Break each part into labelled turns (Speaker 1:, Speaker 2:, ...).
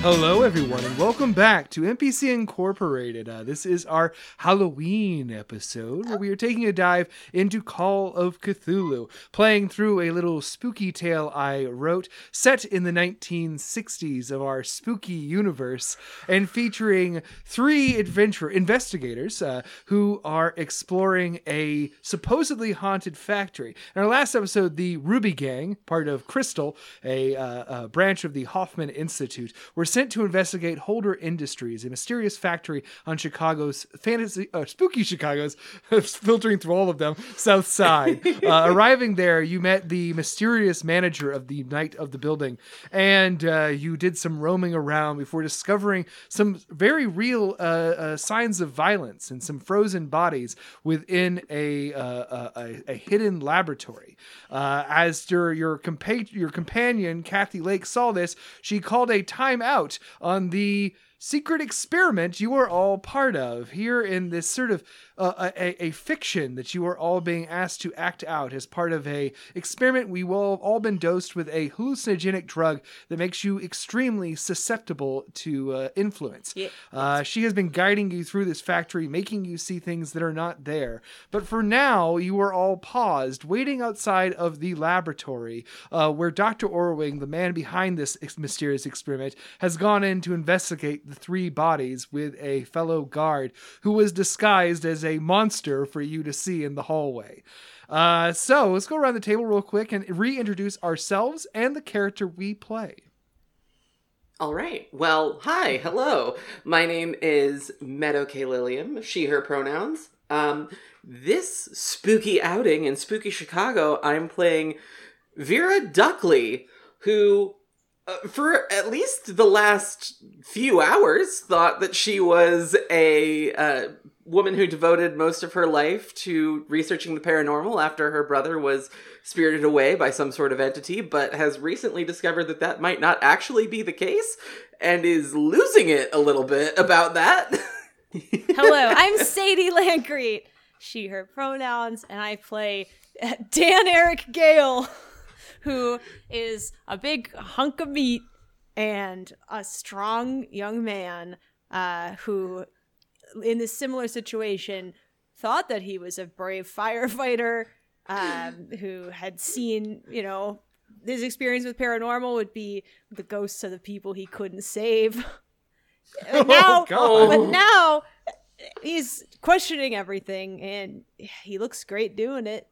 Speaker 1: Hello, everyone, and welcome back to NPC Incorporated. Uh, this is our Halloween episode where we are taking a dive into Call of Cthulhu, playing through a little spooky tale I wrote set in the 1960s of our spooky universe and featuring three adventure investigators uh, who are exploring a supposedly haunted factory. In our last episode, the Ruby Gang, part of Crystal, a, uh, a branch of the Hoffman Institute, were sent to investigate Holder Industries, a mysterious factory on Chicago's fantasy, uh, spooky Chicago's, filtering through all of them, South Side. uh, arriving there, you met the mysterious manager of the night of the building, and uh, you did some roaming around before discovering some very real uh, uh, signs of violence and some frozen bodies within a uh, a, a, a hidden laboratory. Uh, as your your, compa- your companion Kathy Lake saw this, she called a timeout on the secret experiment you are all part of here in this sort of uh, a, a fiction that you are all being asked to act out as part of a experiment we will have all been dosed with a hallucinogenic drug that makes you extremely susceptible to uh, influence
Speaker 2: Yeah.
Speaker 1: uh, she has been guiding you through this factory making you see things that are not there but for now you are all paused waiting outside of the laboratory uh, where dr orwing the man behind this ex- mysterious experiment has gone in to investigate the three bodies with a fellow guard who was disguised as a monster for you to see in the hallway. Uh, so let's go around the table real quick and reintroduce ourselves and the character we play.
Speaker 2: All right. Well, hi, hello. My name is Meadow K. Lilliam, she, her pronouns. Um, this spooky outing in spooky Chicago, I'm playing Vera Duckley, who, uh, for at least the last few hours, thought that she was a uh, woman who devoted most of her life to researching the paranormal after her brother was spirited away by some sort of entity, but has recently discovered that that might not actually be the case and is losing it a little bit about that.
Speaker 3: Hello, I'm Sadie Landgreet. She, her pronouns, and I play Dan Eric Gale, who is a big hunk of meat and a strong young man uh, who, in this similar situation, thought that he was a brave firefighter um, who had seen, you know, his experience with paranormal would be the ghosts of the people he couldn't save. And
Speaker 1: Oh,
Speaker 3: now,
Speaker 1: God.
Speaker 3: but now he's questioning everything, and he looks great doing it.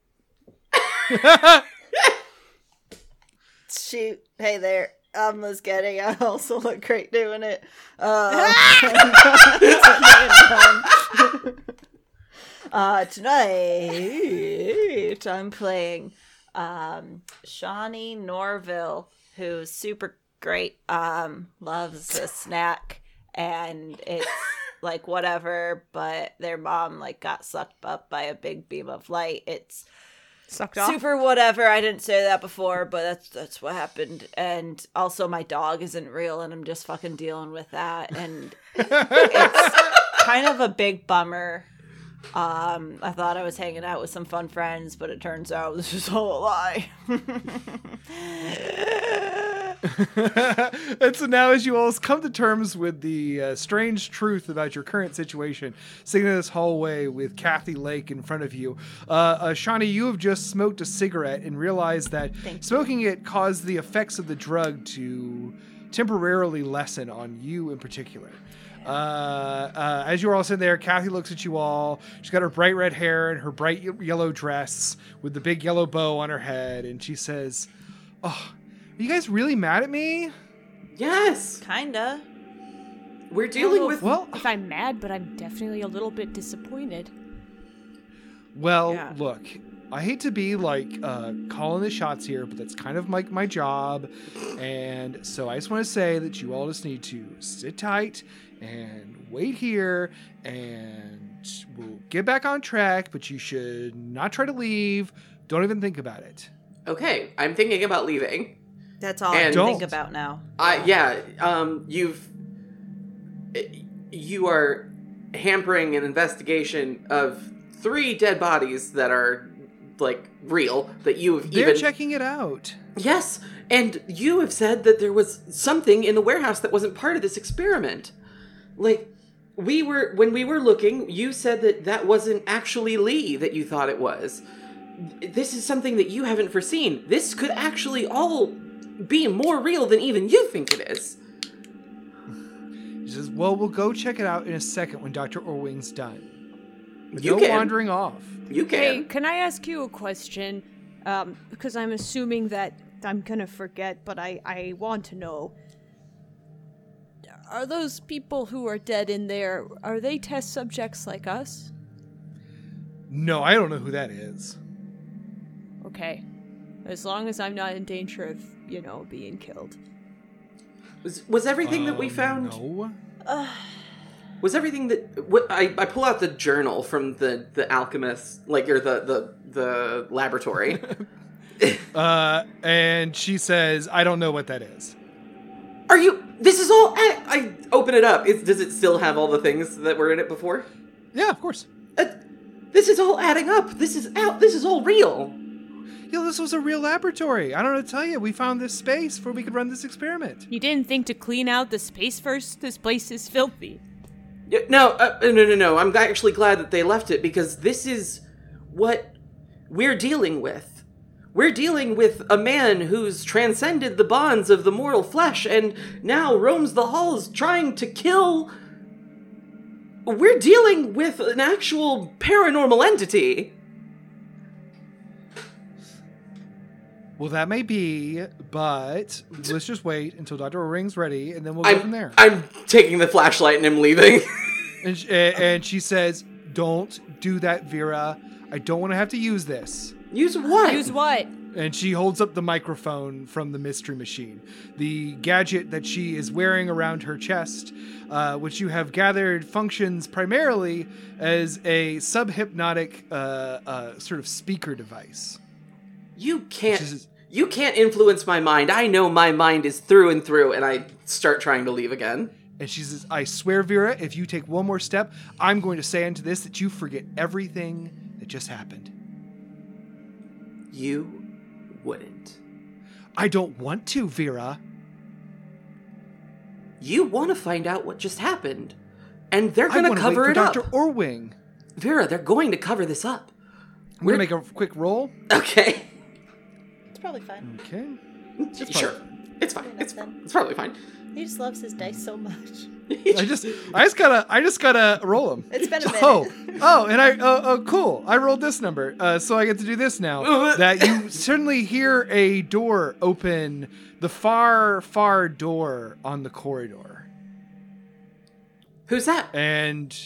Speaker 4: Shoot. Hey there. I'm just kidding. I also look great doing it. Uh, uh, tonight, I'm playing um, Shawnee Norville, who's super great, um, loves a snack, and it's like whatever, but their mom like got sucked up by a big beam of light. It's
Speaker 3: Sucked
Speaker 4: Super whatever. I didn't say that before, but that's that's what happened. And also, my dog isn't real, and I'm just fucking dealing with that. And it's kind of a big bummer. Um, I thought I was hanging out with some fun friends, but it turns out this is all a lie.
Speaker 1: and so now, as you all come to terms with the uh, strange truth about your current situation, sitting in this hallway with Kathy Lake in front of you, uh, uh, Shawnee, you have just smoked a cigarette and realized that smoking it caused the effects of the drug to temporarily lessen on you in particular. Uh, uh, as you're all sitting there, Kathy looks at you all. She's got her bright red hair and her bright ye- yellow dress with the big yellow bow on her head, and she says, Oh, are you guys really mad at me?
Speaker 2: yes,
Speaker 4: Kinda.
Speaker 2: we're dealing with.
Speaker 1: Well,
Speaker 3: If I'm mad, but I'm definitely a little bit disappointed.
Speaker 1: well,
Speaker 3: Yeah.
Speaker 1: look. I hate to be like uh, calling the shots here, but that's kind of like my job. And so I just want to say that you all just need to sit tight and wait here, and we'll get back on track. But you should not try to leave. Don't even think about it.
Speaker 2: Okay, I'm thinking about leaving.
Speaker 4: That's all I
Speaker 2: And-
Speaker 4: can think
Speaker 1: Don't.
Speaker 4: about now.
Speaker 2: Uh, yeah, um, you've eh, you are hampering an investigation of three dead bodies that are like real that you have
Speaker 1: They're
Speaker 2: even
Speaker 1: checking it out.
Speaker 2: yes, and you have said that there was something in the warehouse that wasn't part of this experiment. Like we were when we were looking, you said that that wasn't actually Lee that you thought it was. This is something that you haven't foreseen. This could actually all be more real than even you think it is.
Speaker 1: He says, "Well, we'll go check it out in a second when Doctor Orwing's done." But
Speaker 2: You
Speaker 1: no
Speaker 2: can.
Speaker 1: wandering off.
Speaker 2: You
Speaker 3: Hey,
Speaker 2: can.
Speaker 3: can I ask you a question? Um, because I'm assuming that I'm gonna forget, but I, I want to know. Are those people who are dead in there, are they test subjects like us?
Speaker 1: No, I don't know who that is.
Speaker 3: Okay. As long as I'm not in danger of, you know, being killed.
Speaker 2: Was, was everything that we
Speaker 1: Um,
Speaker 2: found?
Speaker 1: No.
Speaker 2: Was everything that what, I I pull out the journal from the the alchemist like or the the the laboratory.
Speaker 1: Uh, and she says, "I don't know what that is."
Speaker 2: Are you? This is all. I, I open it up. It's, does it still have all the things that were in it before?
Speaker 1: Yeah, of course.
Speaker 2: Uh, this is all adding up. This is out. This is all real.
Speaker 1: Yo, this was a real laboratory. I don't know to tell you. We found this space where we could run this experiment.
Speaker 3: You didn't think to clean out the space first? This place is filthy.
Speaker 2: Yeah, No, uh, no, no, no. I'm actually glad that they left it because this is what we're dealing with. We're dealing with a man who's transcended the bonds of the mortal flesh and now roams the halls trying to kill. We're dealing with an actual paranormal entity.
Speaker 1: Well, that may be, but let's just wait until Doctor Ring's ready, and then we'll go from
Speaker 2: I'm,
Speaker 1: there.
Speaker 2: I'm taking the flashlight and I'm leaving.
Speaker 1: and, she, and and she says, "Don't do that, Vera. I don't want to have to use this."
Speaker 2: Use what?
Speaker 3: Use what?
Speaker 1: And she holds up the microphone from the mystery machine, the gadget that she is wearing around her chest, uh, which you have gathered functions primarily as a subhypnotic uh, uh, sort of speaker device.
Speaker 2: You can't.
Speaker 1: Which is-
Speaker 2: you can't influence my mind. I know my mind is through and through, and I start trying to leave again.
Speaker 1: And she says, I swear, Vera, if you take one more step, I'm going to say into this that you forget everything that just happened.
Speaker 2: You wouldn't.
Speaker 1: I don't want to, Vera.
Speaker 2: You want to find out what just happened, and they're
Speaker 1: I
Speaker 2: going
Speaker 1: want
Speaker 2: to
Speaker 1: to wait
Speaker 2: cover
Speaker 1: for
Speaker 2: it
Speaker 1: Dr.
Speaker 2: up.
Speaker 1: Orwing.
Speaker 2: Vera, they're going to cover this up.
Speaker 1: I'm going to make a quick roll.
Speaker 2: Okay.
Speaker 5: It's probably fine.
Speaker 1: Okay.
Speaker 2: sure. It's fine. It's, it's probably fine.
Speaker 5: He just loves his dice so much.
Speaker 1: I just, I just gotta, I just gotta roll them.
Speaker 5: It's been a minute.
Speaker 1: Oh, oh, and I, oh, oh, cool. I rolled this number, uh, so I get to do this now. that you suddenly hear a door open, the far, far door on the corridor,
Speaker 2: Who's
Speaker 1: Eh.
Speaker 2: that?
Speaker 1: and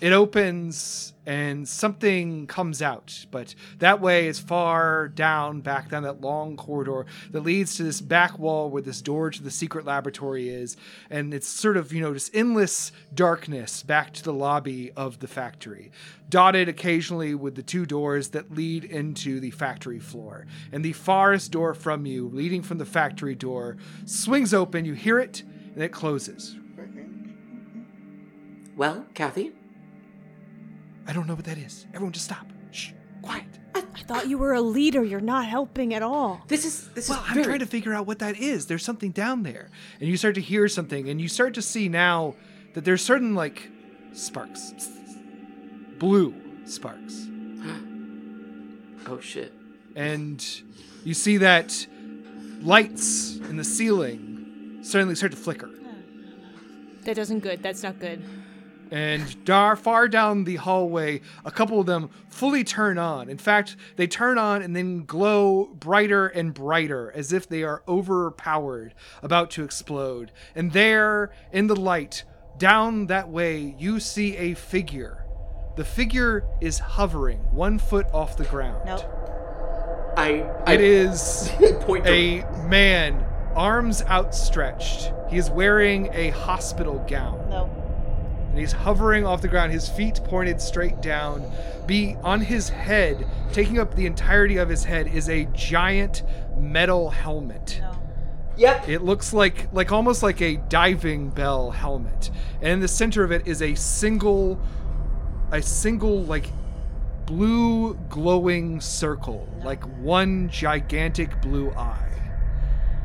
Speaker 1: it opens, and something comes out. But that way is far down, back down that long corridor that leads to this back wall where this door to the secret laboratory is, and it's sort of you know just endless darkness back to the lobby of the factory dotted occasionally with the two doors that lead into the factory floor. And the farthest door from you, leading from the factory door, swings open. You hear it, and it closes.
Speaker 2: Well, Kathy.
Speaker 1: I don't know what that is. Everyone, just stop. Shh, quiet.
Speaker 3: I thought you were a leader. You're not helping at all.
Speaker 2: This is this
Speaker 1: Well,
Speaker 2: is.
Speaker 1: I'm
Speaker 2: very-
Speaker 1: trying to figure out what that is. There's something down there. And you start to hear something, and you start to see now that there's certain, like, sparks. Blue sparks.
Speaker 2: Oh shit.
Speaker 1: and you see that lights in the ceiling suddenly start to flicker.
Speaker 3: That doesn't good. That's not good.
Speaker 1: And dar far down the hallway, a couple of them fully turn on. In fact, they turn on and then glow brighter and brighter as if they are overpowered, about to explode. And there in the light, down that way, you see a figure The figure is hovering one foot off the ground.
Speaker 4: Nope.
Speaker 2: I, I
Speaker 1: It is
Speaker 2: point to
Speaker 1: a man, arms outstretched. He is wearing a hospital gown.
Speaker 5: No.
Speaker 1: and he's hovering off the ground, his feet pointed straight down. Be on his head, taking up the entirety of his head, is a giant metal helmet.
Speaker 2: Yep.
Speaker 1: It looks like like almost like a diving bell helmet. And in the center of it is a single a single like blue glowing circle, like one gigantic blue eye.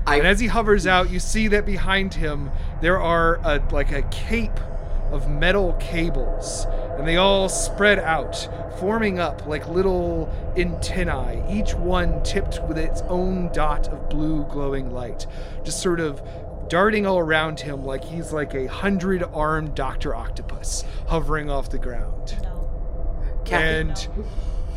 Speaker 2: I,
Speaker 1: And as he hovers out, you see that behind him there are a, like a cape of metal cables, and they all spread out, forming up like little antennae, each one tipped with its own dot of blue glowing light, just sort of darting all around him like he's like a hundred armed Dr. Octopus hovering off the ground.
Speaker 2: Kathy,
Speaker 1: And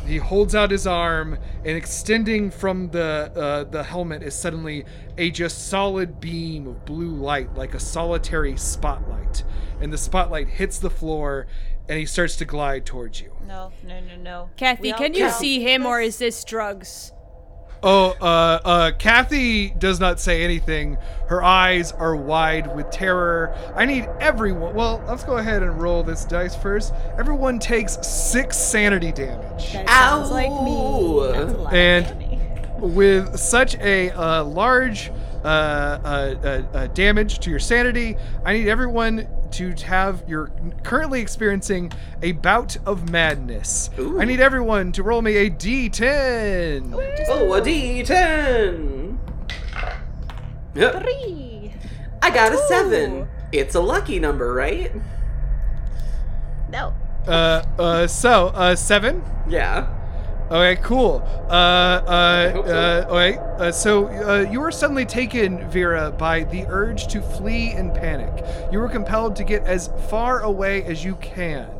Speaker 1: he holds out his arm, and extending from the uh, the helmet is suddenly a just solid beam of blue light, like a solitary spotlight. And the spotlight hits the floor, and he starts to glide towards you.
Speaker 4: No, no, no, no.
Speaker 3: Kathy,
Speaker 4: We all
Speaker 3: can you
Speaker 4: know
Speaker 3: see him or
Speaker 4: this.
Speaker 3: is this drugs?
Speaker 1: Oh, uh, uh, Kathy does not say anything. Her eyes are wide with terror. I need everyone. Well, let's go ahead and roll this dice first. Everyone takes six sanity damage.
Speaker 5: That
Speaker 2: Ow.
Speaker 5: sounds like me. That's a lot
Speaker 1: And-
Speaker 5: of money.
Speaker 1: with such a uh, large uh, uh, uh, uh, damage to your sanity, I need everyone to have you're currently experiencing a bout of madness.
Speaker 2: Ooh.
Speaker 1: I need everyone to roll me a d10.
Speaker 2: oh, a D10. Yep.
Speaker 5: Three.
Speaker 2: I got a seven. It's a lucky number, right?
Speaker 5: No.
Speaker 1: Uh, uh, so uh, seven.
Speaker 2: Yeah.
Speaker 1: Okay, cool. Uh, uh,
Speaker 2: hope so.
Speaker 1: uh, okay. Uh, so uh, you were suddenly taken, Vera, by the urge to flee in panic. You were compelled to get as far away as you can.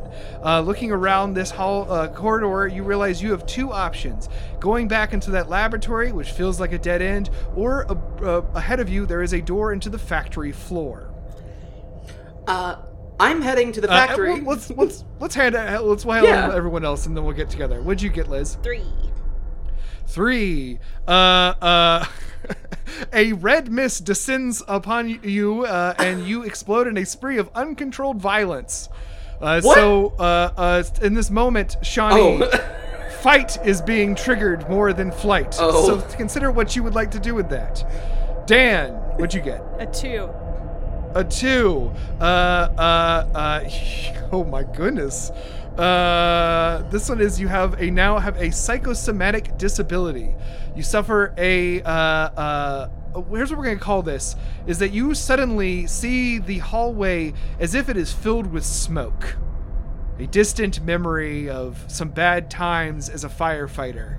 Speaker 1: Uh, looking around this hall uh, corridor, you realize you have two options: going back into that laboratory, which feels like a dead end, or uh uh, ahead of you there is a door into the factory floor.
Speaker 2: Uh, I'm heading to the
Speaker 1: Uh,
Speaker 2: factory.
Speaker 1: well, let's let's let's hand uh, let's hand
Speaker 2: Yeah.
Speaker 1: everyone else, and then we'll get together. What'd you get, Liz?
Speaker 5: Three.
Speaker 1: Three. Uh, uh, a red mist descends upon y- you, uh, and you explode in a spree of uncontrolled violence. Uh,
Speaker 2: What?
Speaker 1: So, uh, uh, in this moment, Shawnee,
Speaker 2: oh.
Speaker 1: fight is being triggered more than flight.
Speaker 2: Oh.
Speaker 1: So, consider what you would like to do with that. Dan, what'd you get?
Speaker 3: A two.
Speaker 1: A two. Uh, uh, uh, oh my goodness. Uh, this one is you have a now have a psychosomatic disability. You suffer a uh, uh, here's what we're gonna call this is that you suddenly see the hallway as if it is filled with smoke, a distant memory of some bad times as a firefighter.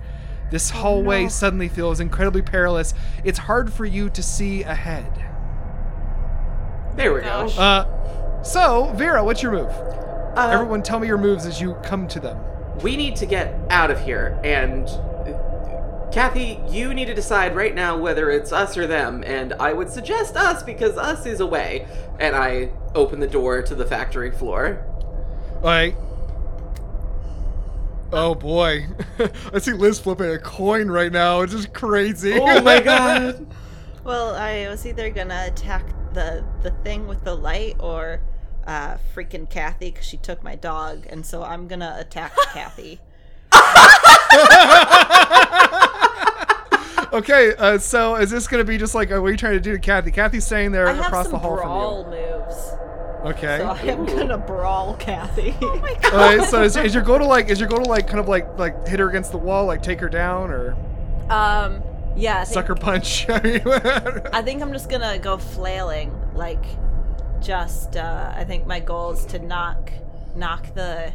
Speaker 1: This hallway suddenly feels incredibly perilous. It's hard for you to see ahead.
Speaker 2: there we go.
Speaker 3: Gosh.
Speaker 1: Uh, so Vera, what's your move?
Speaker 2: Uh,
Speaker 1: Everyone, tell me your moves as you come to them.
Speaker 2: we need to get out of here and kathy you need to decide right now whether it's us or them and i would suggest us because us is away and i open the door to the factory floor
Speaker 1: Like, oh boy, I see Liz flipping a coin right now. It's just crazy.
Speaker 2: oh my god
Speaker 5: Well, I was either gonna attack the the thing with the light or uh, freaking Kathy because she took my dog, and so I'm gonna attack Kathy.
Speaker 1: okay, uh, so is this gonna be just like uh, what are you trying to do to Kathy? Kathy's staying there
Speaker 4: I have
Speaker 1: across
Speaker 4: some
Speaker 1: the hall
Speaker 4: brawl
Speaker 1: from
Speaker 4: moves,
Speaker 1: you. Oh Okay.
Speaker 4: so I am
Speaker 2: Ooh.
Speaker 4: gonna brawl Kathy.
Speaker 1: All right. So is, is your goal to like is your goal to like kind of like like hit her against the wall, like take her down, or
Speaker 4: um, yeah, I think,
Speaker 1: sucker punch? I mean,
Speaker 4: I think I'm just gonna go flailing, like, just. Uh, I think my goal is to knock, knock the,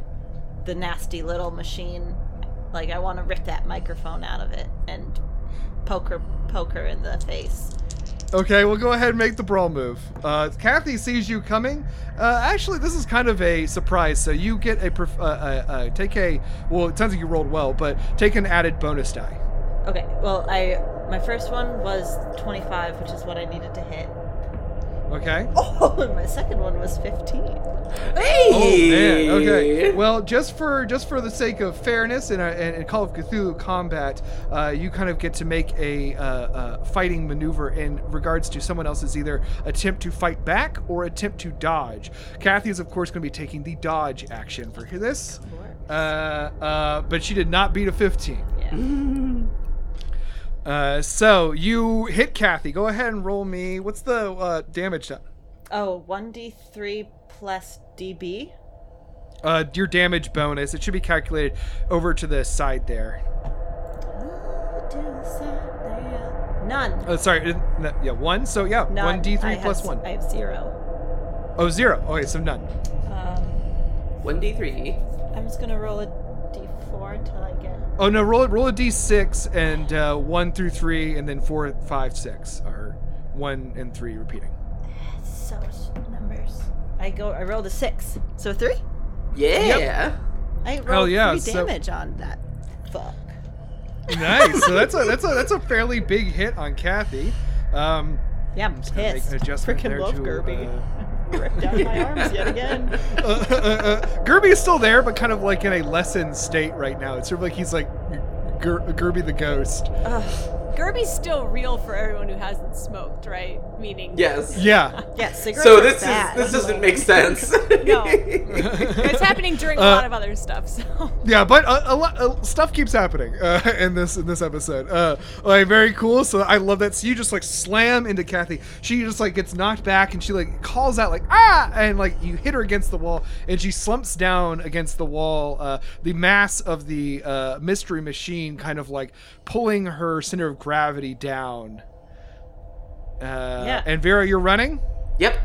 Speaker 4: the nasty little machine. Like I want to rip that microphone out of it and poke her, poke her in the face.
Speaker 1: Okay, we'll go ahead and make the brawl move. Uh, Kathy sees you coming. Uh, actually, this is kind of a surprise, so you get a perf- uh, uh, uh, take a well. It sounds like you rolled well, but take an added bonus die.
Speaker 4: Okay, well, I my first one was 25, which is what I needed to hit.
Speaker 1: Okay.
Speaker 5: Oh, and my second one was 15.
Speaker 2: Hey!
Speaker 1: Oh man. Okay. Well, just for just for the sake of fairness and uh, and, and Call of Cthulhu combat, uh, you kind of get to make a uh, uh, fighting maneuver in regards to someone else's either attempt to fight back or attempt to dodge. Kathy is of course going to be taking the dodge action for this, uh, uh, but she did not beat a fifteen. Uh, so you hit Kathy. Go ahead and roll me. What's the uh, damage? To,
Speaker 5: Oh, 1d3 plus db.
Speaker 1: uh, your damage bonus. It should be calculated over to the side there.
Speaker 5: None.
Speaker 1: Oh, sorry. it- no, Yeah, one. So yeah,
Speaker 5: None.
Speaker 1: one D
Speaker 5: I
Speaker 1: three
Speaker 5: have
Speaker 1: plus
Speaker 5: z-
Speaker 1: one.
Speaker 5: I have zero.
Speaker 1: Oh, zero. Okay, so none.
Speaker 5: Um,
Speaker 2: 1d3.
Speaker 5: I'm just gonna roll a d4 until I get.
Speaker 1: Oh no, roll roll a D six and uh, one through three, and then four, five, six are one and three repeating.
Speaker 5: So numbers. I go. I rolled a six. So three.
Speaker 2: Yeah.
Speaker 5: I rolled
Speaker 1: Hell yeah,
Speaker 5: three
Speaker 1: so-
Speaker 5: damage on that. Fuck.
Speaker 1: Nice. so that's a that's a that's a fairly big hit on Kathy. Um,
Speaker 5: Yeah, I'm
Speaker 1: just gonna make
Speaker 5: pissed.
Speaker 1: an adjustment
Speaker 5: Freaking
Speaker 1: there
Speaker 5: love
Speaker 1: to,
Speaker 5: Gerby.
Speaker 1: uh,
Speaker 5: Ripped out my arms yet again.
Speaker 1: uh, uh, uh, uh, Gerby is still there, but kind of like in a lessened state right now. It's sort of like he's like Ger- Gerby the ghost.
Speaker 3: Gerby's still real for everyone who hasn't smoked, right? Meaning,
Speaker 2: Yes.
Speaker 1: Yeah.
Speaker 5: Yeah, cigarettes.
Speaker 2: So this
Speaker 5: are bad.
Speaker 2: is this doesn't make sense.
Speaker 3: No. it's happening during a
Speaker 1: Uh,
Speaker 3: lot of other stuff. So
Speaker 1: Yeah, but a, a lot uh, stuff keeps happening uh, in this in this episode. Uh, like very cool. So I love that. So you just like slam into Kathy. She just like gets knocked back, and she like calls out like ah, and like you hit her against the wall, and she slumps down against the wall. Uh, the mass of the uh, mystery machine kind of like pulling her center of gravity down. Uh,
Speaker 5: Yeah.
Speaker 1: And Vera, you're running.
Speaker 2: yep.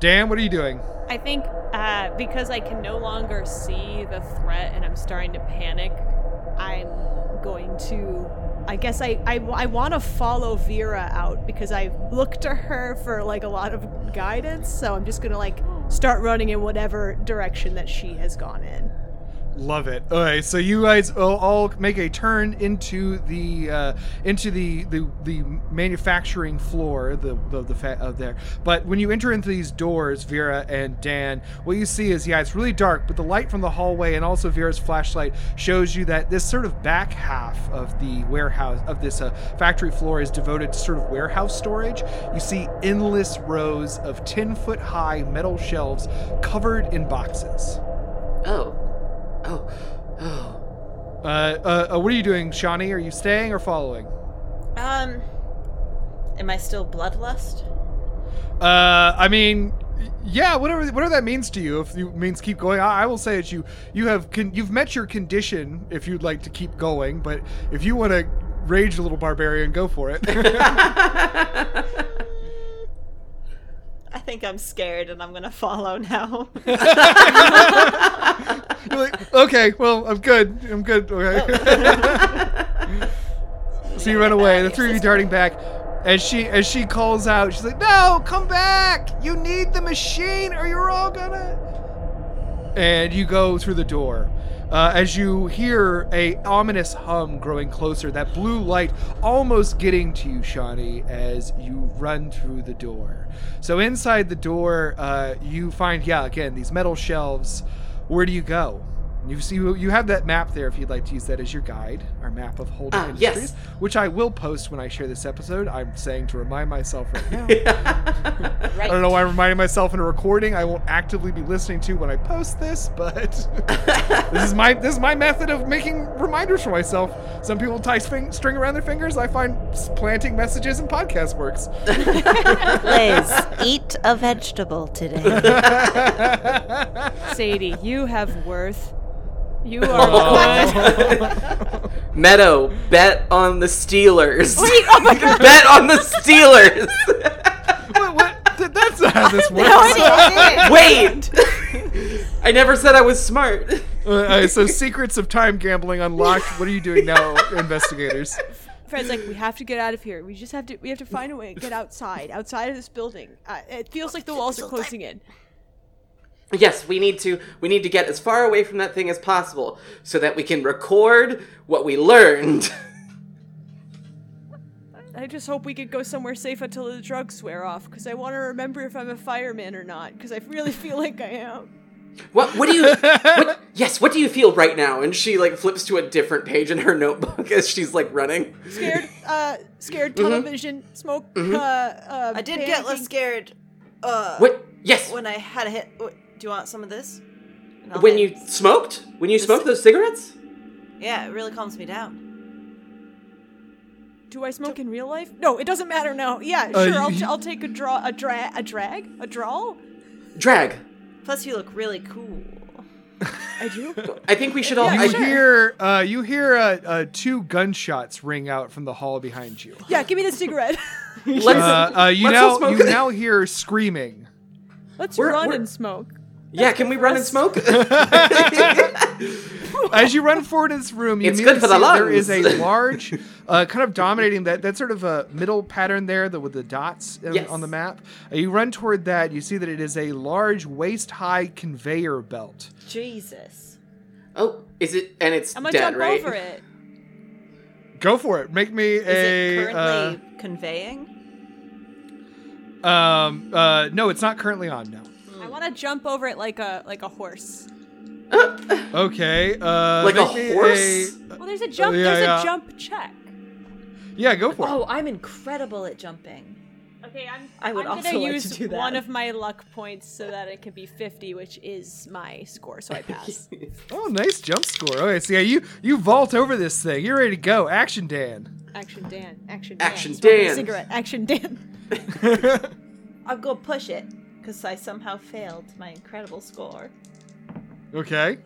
Speaker 1: Dan, what are you doing?
Speaker 3: I think uh, because I can no longer see the threat and I'm starting to panic, I'm going to. I guess I, I, want to follow Vera out because I look to her for like a lot of guidance. So I'm just going to like start running in whatever direction that she has gone in.
Speaker 1: Love it. All right, so you guys all- all make a turn into the uh, into the, the the manufacturing floor, the the, the fa- of there. But when you enter into these doors, Vera and Dan, what you see is yeah, it's really dark, but the light from the hallway and also Vera's flashlight shows you that this sort of back half of the warehouse of this uh, factory floor is devoted to sort of warehouse storage. You see endless rows of ten foot high metal shelves covered in boxes.
Speaker 2: Oh. Oh. Oh.
Speaker 1: Uh, uh, uh, what are you doing, Shawnee? Are you staying or following?
Speaker 5: Um, am I still bloodlust?
Speaker 1: Uh, I mean, y- yeah, whatever, whatever that means to you. If you means keep going, I, I will say that you you have con- you've met your condition. If you'd like to keep going, but if you want to rage a little barbarian, go for it.
Speaker 5: I think I'm scared and I'm gonna follow now.
Speaker 1: You're like, okay, well, I'm good. I'm good. Okay. so you run away. The three of you darting back. As she as she calls out, she's like, "No, come back! You need the machine, or you're all gonna." And you go through the door. Uh, as you hear a ominous hum growing closer, that blue light almost getting to you, Shawnee, as you run through the door. So inside the door, uh, you find yeah, again these metal shelves. Where do you go? You see, you have that map there if you'd like to use that as your guide, our map of Holden
Speaker 2: Ah, yes.
Speaker 1: Industries, which I will post when I share this episode. I'm saying to remind myself right now. I don't know why I'm reminding myself in a recording I won't actively be listening to when I post this, but this is my this is my method of making reminders for myself. Some people tie string, string around their fingers. I find s- planting messages in podcast works.
Speaker 2: Oh.
Speaker 4: Liz, eat a vegetable today.
Speaker 3: Sadie, you have worth. You
Speaker 1: Oh.
Speaker 3: are good.
Speaker 2: Meadow, bet on the Steelers.
Speaker 3: Oh
Speaker 2: bet on the Steelers.
Speaker 1: Wait, what? Th- That's not how this works.
Speaker 2: Wait. I never said I was smart.
Speaker 1: Uh, uh, so secrets of time gambling unlocked. What are you doing now, investigators?
Speaker 3: Fred's like, we have to get out of here. We just have to. We have to find a way to get outside, outside of this building. Uh, it feels like the walls are closing in.
Speaker 2: Yes, we need to we need to get as far away from that thing as possible so that we can record what we learned.
Speaker 3: I just hope we could go somewhere safe until the drugs wear off, because I want to remember if I'm a fireman or not, because I really feel like I am.
Speaker 2: What what do you what, Yes, what do you feel right now? And she like flips to a different page in her notebook as she's like running.
Speaker 3: Scared, uh, scared tunnel vision, smoke, uh, uh,
Speaker 5: I did get less
Speaker 3: panicking.
Speaker 5: scared. Uh,
Speaker 2: What? Yes. When,
Speaker 5: When I had a hit. What, do you want some of this? And I'll hand-
Speaker 2: you smoked? When you smoked those cigarettes?
Speaker 5: Yeah, it really calms me down.
Speaker 3: Do I smoke in real life? No, it doesn't matter now. Yeah,
Speaker 1: Uh,
Speaker 3: sure. I'll,
Speaker 1: you-
Speaker 3: I'll take a draw, a drag, a drag, a draw.
Speaker 2: Drag.
Speaker 5: Plus, you look really cool.
Speaker 3: I do.
Speaker 2: I think we should all
Speaker 3: Yeah,
Speaker 2: I-
Speaker 1: You hear uh, you hear uh, uh, two gunshots ring out from the hall behind you.
Speaker 3: Yeah, give me the cigarette.
Speaker 2: let's,
Speaker 1: Uh, uh, you
Speaker 2: let's all
Speaker 1: now
Speaker 2: smoke
Speaker 1: you
Speaker 2: it.
Speaker 1: now hear screaming.
Speaker 3: Let's
Speaker 2: We're-
Speaker 3: run
Speaker 2: we're-
Speaker 3: and smoke.
Speaker 2: Yeah, can we run and smoke?
Speaker 1: Uh, As you run forward in this room, you
Speaker 2: It's
Speaker 1: immediately
Speaker 2: good for the
Speaker 1: see there is
Speaker 2: lungs.
Speaker 1: a large, uh, kind of dominating that that sort of a middle pattern there the, with the dots in-
Speaker 2: Yes.
Speaker 1: on the map. Uh, you run toward that, you see that it is a large waist high conveyor belt.
Speaker 5: Jesus.
Speaker 2: oh, is it and it's
Speaker 3: I'm gonna
Speaker 2: dead,
Speaker 3: jump
Speaker 2: right?
Speaker 3: over it.
Speaker 1: Go for it. Make me
Speaker 5: Is
Speaker 1: a.
Speaker 5: it currently conveying?
Speaker 1: uh, um. Uh. No, it's not currently on. No.
Speaker 3: I want to jump over it like a like a horse.
Speaker 1: Okay. Uh.
Speaker 2: Like a
Speaker 1: make me
Speaker 2: horse?
Speaker 3: Well, there's a jump.
Speaker 1: yeah,
Speaker 3: there's
Speaker 1: yeah.
Speaker 3: a jump check.
Speaker 1: yeah. Go for it.
Speaker 4: Oh, I'm in.
Speaker 5: Incredible at jumping.
Speaker 3: Okay, I'm.
Speaker 5: I would
Speaker 3: I'm
Speaker 5: also
Speaker 3: gonna
Speaker 5: like to
Speaker 3: use
Speaker 5: do that.
Speaker 3: one of my luck points so that it can be 50, which is my score, so I pass.
Speaker 1: Oh, nice jump score. Okay. So yeah, you you vault over this thing. You're ready to go. Action, Dan.
Speaker 3: Action Dan. Action Dan.
Speaker 2: Action
Speaker 3: Smoking a
Speaker 2: Dan.
Speaker 3: Cigarette. Action Dan.
Speaker 5: I'll go push it because I somehow failed my incredible score,
Speaker 1: Okay.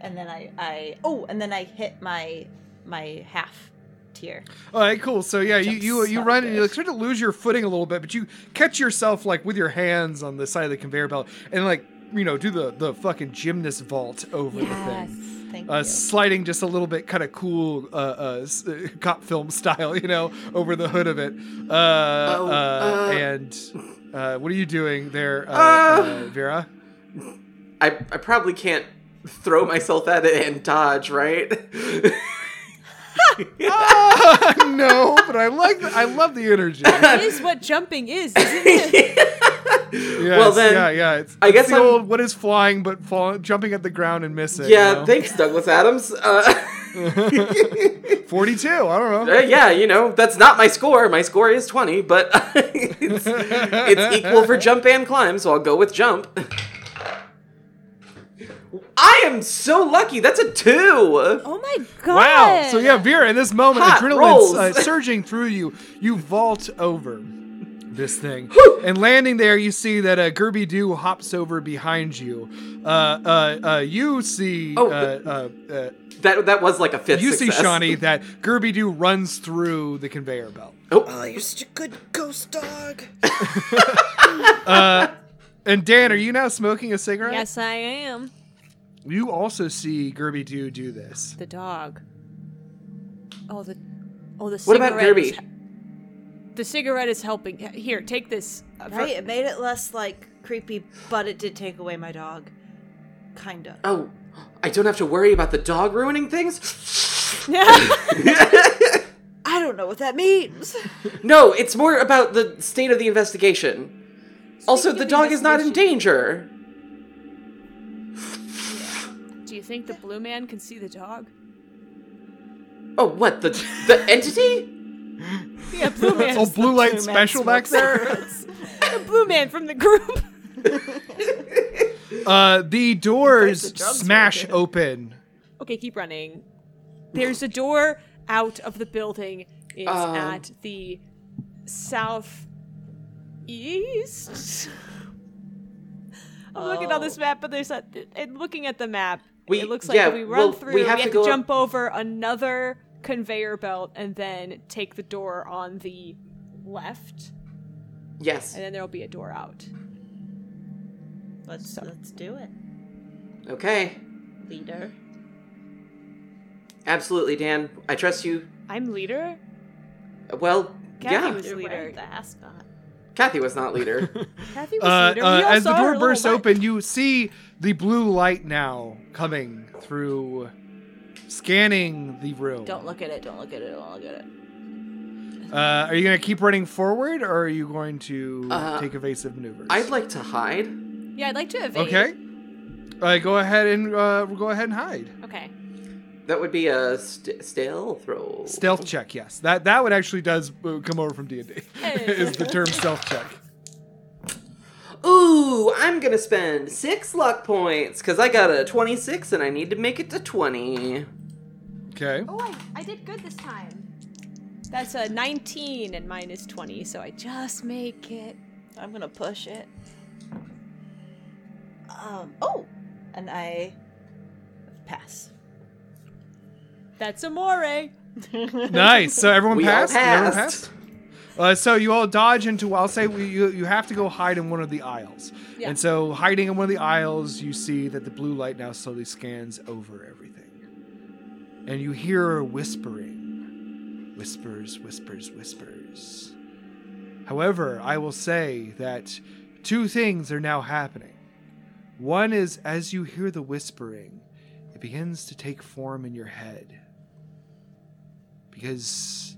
Speaker 5: and then I, I oh, and then I hit my my half tier.
Speaker 1: All right, cool. So yeah, you
Speaker 5: Jump
Speaker 1: you, you
Speaker 5: so
Speaker 1: run and you
Speaker 5: good.
Speaker 1: like, start to lose your footing a little bit, but you catch yourself like with your hands on the side of the conveyor belt and like you know do the the fucking gymnast vault over the thing.
Speaker 5: Thank
Speaker 1: Uh,
Speaker 5: you.
Speaker 1: sliding just a little bit, kind of cool, uh, uh, s- uh, cop film style, you know, over the hood of it. Uh, uh,
Speaker 2: uh.
Speaker 1: and uh, what are you doing there, uh,
Speaker 2: Uh.
Speaker 1: uh, Vera?
Speaker 2: I I probably can't throw myself at it and dodge, right?
Speaker 1: Ah, no, but I like, the, I love the energy.
Speaker 3: That is what jumping is, isn't it?
Speaker 1: Yes,
Speaker 2: Well, then,
Speaker 1: yeah, yeah. It's,
Speaker 2: I
Speaker 1: it's
Speaker 2: guess
Speaker 1: the
Speaker 2: I'm-
Speaker 1: old what is flying but fall, jumping at the ground and missing.
Speaker 2: yeah,
Speaker 1: you know?
Speaker 2: thanks Douglas Adams. Uh,
Speaker 1: 42. I don't
Speaker 2: Uh,
Speaker 1: know.
Speaker 2: yeah, you know, that's not my score. My score is 20, but it's, it's equal for jump and climb, so I'll go with jump. I am so lucky. That's a two.
Speaker 3: Oh my god!
Speaker 1: Wow. So yeah, Vera, in this moment,
Speaker 2: Hot
Speaker 1: adrenaline's
Speaker 2: rolls.
Speaker 1: uh, surging through you. You vault over this thing, and landing there, you see that uh, Gerby Doo hops over behind you. Uh, uh, uh, you see.
Speaker 2: Oh,
Speaker 1: uh, uh, uh,
Speaker 2: That that was like a fifth.
Speaker 1: you
Speaker 2: success.
Speaker 1: see, Shawnee, that Gerby Doo runs through the conveyor belt.
Speaker 2: Oh,
Speaker 6: You're such a good ghost dog.
Speaker 1: Uh, And Dan, are you now smoking a cigarette?
Speaker 3: Yes, I am.
Speaker 1: You also see Gerby Doo do this.
Speaker 3: The dog. Oh the, oh the.
Speaker 2: what
Speaker 3: cigarette
Speaker 2: about Derby?
Speaker 3: is- The cigarette is helping. Here, take this. Uh,
Speaker 5: Right, it made it less like creepy, but it did take away my dog. Kinda.
Speaker 2: Oh, I don't have to worry about the dog ruining things.
Speaker 5: I don't know what that means.
Speaker 2: No, it's more about the state of the investigation. also, the
Speaker 3: of
Speaker 2: dog is not in
Speaker 3: investigation-
Speaker 2: danger.
Speaker 3: Do you think the blue man can see the dog?
Speaker 2: Oh, what the the entity?
Speaker 3: Yeah, blue man.
Speaker 1: Oh, blue light special back there.
Speaker 3: the blue man from the group.
Speaker 1: Uh, the doors
Speaker 5: drums were
Speaker 1: smash open.
Speaker 3: Okay, keep running. There's a door out of the building. It's
Speaker 2: Um.
Speaker 3: at the southeast. I'm looking on this map, but there's a. And looking at the map,
Speaker 2: Oh. We-
Speaker 3: it looks like
Speaker 2: yeah,
Speaker 3: if we run
Speaker 2: well,
Speaker 3: through,
Speaker 2: we have to go up-
Speaker 3: jump over another conveyor belt and then take the door on the left,
Speaker 2: Yes.
Speaker 3: and then there'll be a door out.
Speaker 5: Let's let's do it,
Speaker 2: Okay.
Speaker 5: leader.
Speaker 2: Absolutely, Dan. I trust you.
Speaker 3: I'm leader.
Speaker 2: Well,
Speaker 3: Kathy
Speaker 2: yeah.
Speaker 3: was
Speaker 5: You're
Speaker 3: leader.
Speaker 5: wearing the ascot.
Speaker 2: Kathy was not leader.
Speaker 3: Kathy was
Speaker 1: Uh,
Speaker 3: leader. We
Speaker 1: uh,
Speaker 3: all
Speaker 1: as the
Speaker 3: saw her
Speaker 1: door
Speaker 3: a little
Speaker 1: bursts
Speaker 3: bit.
Speaker 1: open, you see the blue light now coming through, scanning the room.
Speaker 4: Don't look at it. Don't look at it. Don't look at it.
Speaker 1: Uh, are you going to keep running forward, or are you going to
Speaker 2: Uh,
Speaker 1: take evasive maneuvers?
Speaker 2: I'd like to hide.
Speaker 3: Yeah, I'd like to evade.
Speaker 1: Okay. Uh, go ahead and uh, go ahead and hide.
Speaker 3: Okay.
Speaker 2: That would be a st- stealth roll.
Speaker 1: Stealth check, yes. That that would actually does uh, come over from D and D. Is the term stealth check?
Speaker 2: Ooh, I'm gonna spend six luck points because I got a 26 and I need to make it to 20.
Speaker 1: Okay.
Speaker 3: Oh, I, I did good this time. That's a 19 and mine is 20, so I just make it.
Speaker 5: I'm gonna push it. Um. Oh, and I pass.
Speaker 3: That's amore.
Speaker 1: Nice. So everyone
Speaker 2: We all
Speaker 1: passed. Everyone
Speaker 2: passed.
Speaker 1: passed. Uh, so you all dodge into. I'll say we, you you have to go hide in one of the aisles.
Speaker 3: Yeah.
Speaker 1: And so hiding in one of the aisles, you see that the blue light now slowly scans over everything, and you hear whispering, whispers, whispers, whispers. However, I will say that two things are now happening. One is as you hear the whispering, it begins to take form in your head. Because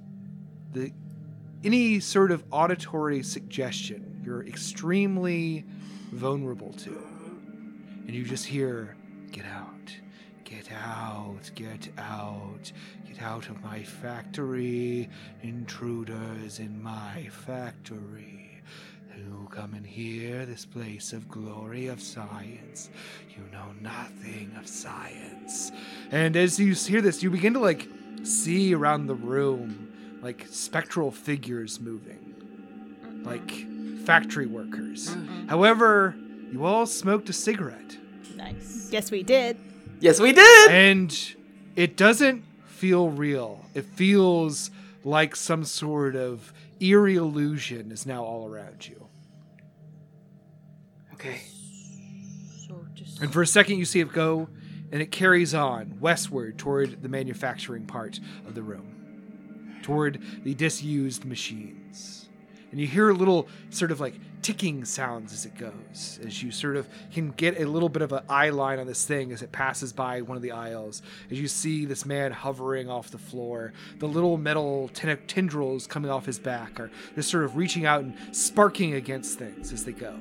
Speaker 1: the any sort of auditory suggestion you're extremely vulnerable to. And you just hear, get out, get out, get out, get out of my factory, intruders in my factory. You come in here, this place of glory of science. You know nothing of science. And as you hear this, you begin to like see around the room like spectral figures moving, like factory workers. However, you all smoked a cigarette,
Speaker 5: Nice.
Speaker 3: Yes, we did.
Speaker 2: Yes, we did!
Speaker 1: and it doesn't feel real. It feels like some sort of eerie illusion is now all around you.
Speaker 2: Okay.
Speaker 1: And for a second, you see it go, and it carries on westward toward the manufacturing part of the room, toward the disused machines. And you hear little sort of like ticking sounds as it goes, as you sort of can get a little bit of an eye line on this thing as it passes by one of the aisles. As you see this man hovering off the floor, the little metal ten- tendrils coming off his back are just sort of reaching out and sparking against things as they go.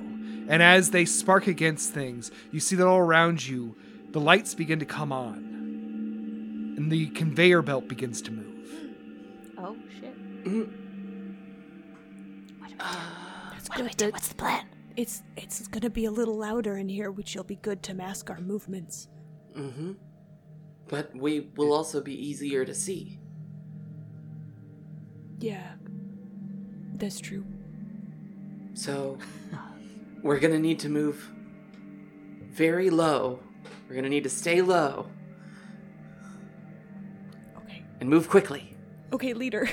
Speaker 1: And as they spark against things, you see that all around you, the lights begin to come on, and the conveyor belt begins to move.
Speaker 3: Oh, shit.
Speaker 5: Mm-hmm. Ah,
Speaker 7: That's what do we do? What's the plan? It's it's gonna be a little louder in here, which will be good to mask our movements.
Speaker 2: Mm-hmm. But we will also be easier to see.
Speaker 7: Yeah, that's true.
Speaker 2: So we're gonna need to move very low. We're gonna need to stay low
Speaker 7: Okay,
Speaker 2: and move quickly.
Speaker 7: okay, leader.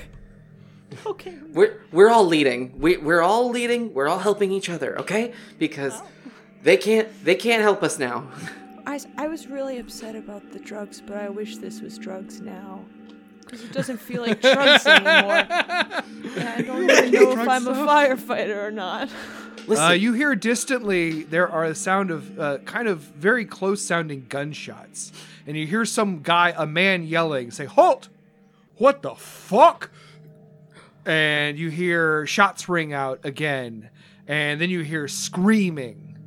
Speaker 2: We're we're all leading. We we're all leading. We're all helping each other, okay? Because they can't they can't help us now.
Speaker 7: I s- I was really upset about the drugs, but I wish this was drugs now, because it doesn't feel like drugs anymore. And I don't even know if I'm a firefighter or not.
Speaker 2: Listen,
Speaker 1: Uh, you hear distantly there are the sound of uh, kind of very close sounding gunshots, and you hear some guy, a man, yelling, say, "Halt! What the fuck?" And you hear shots ring out again, and then you hear screaming,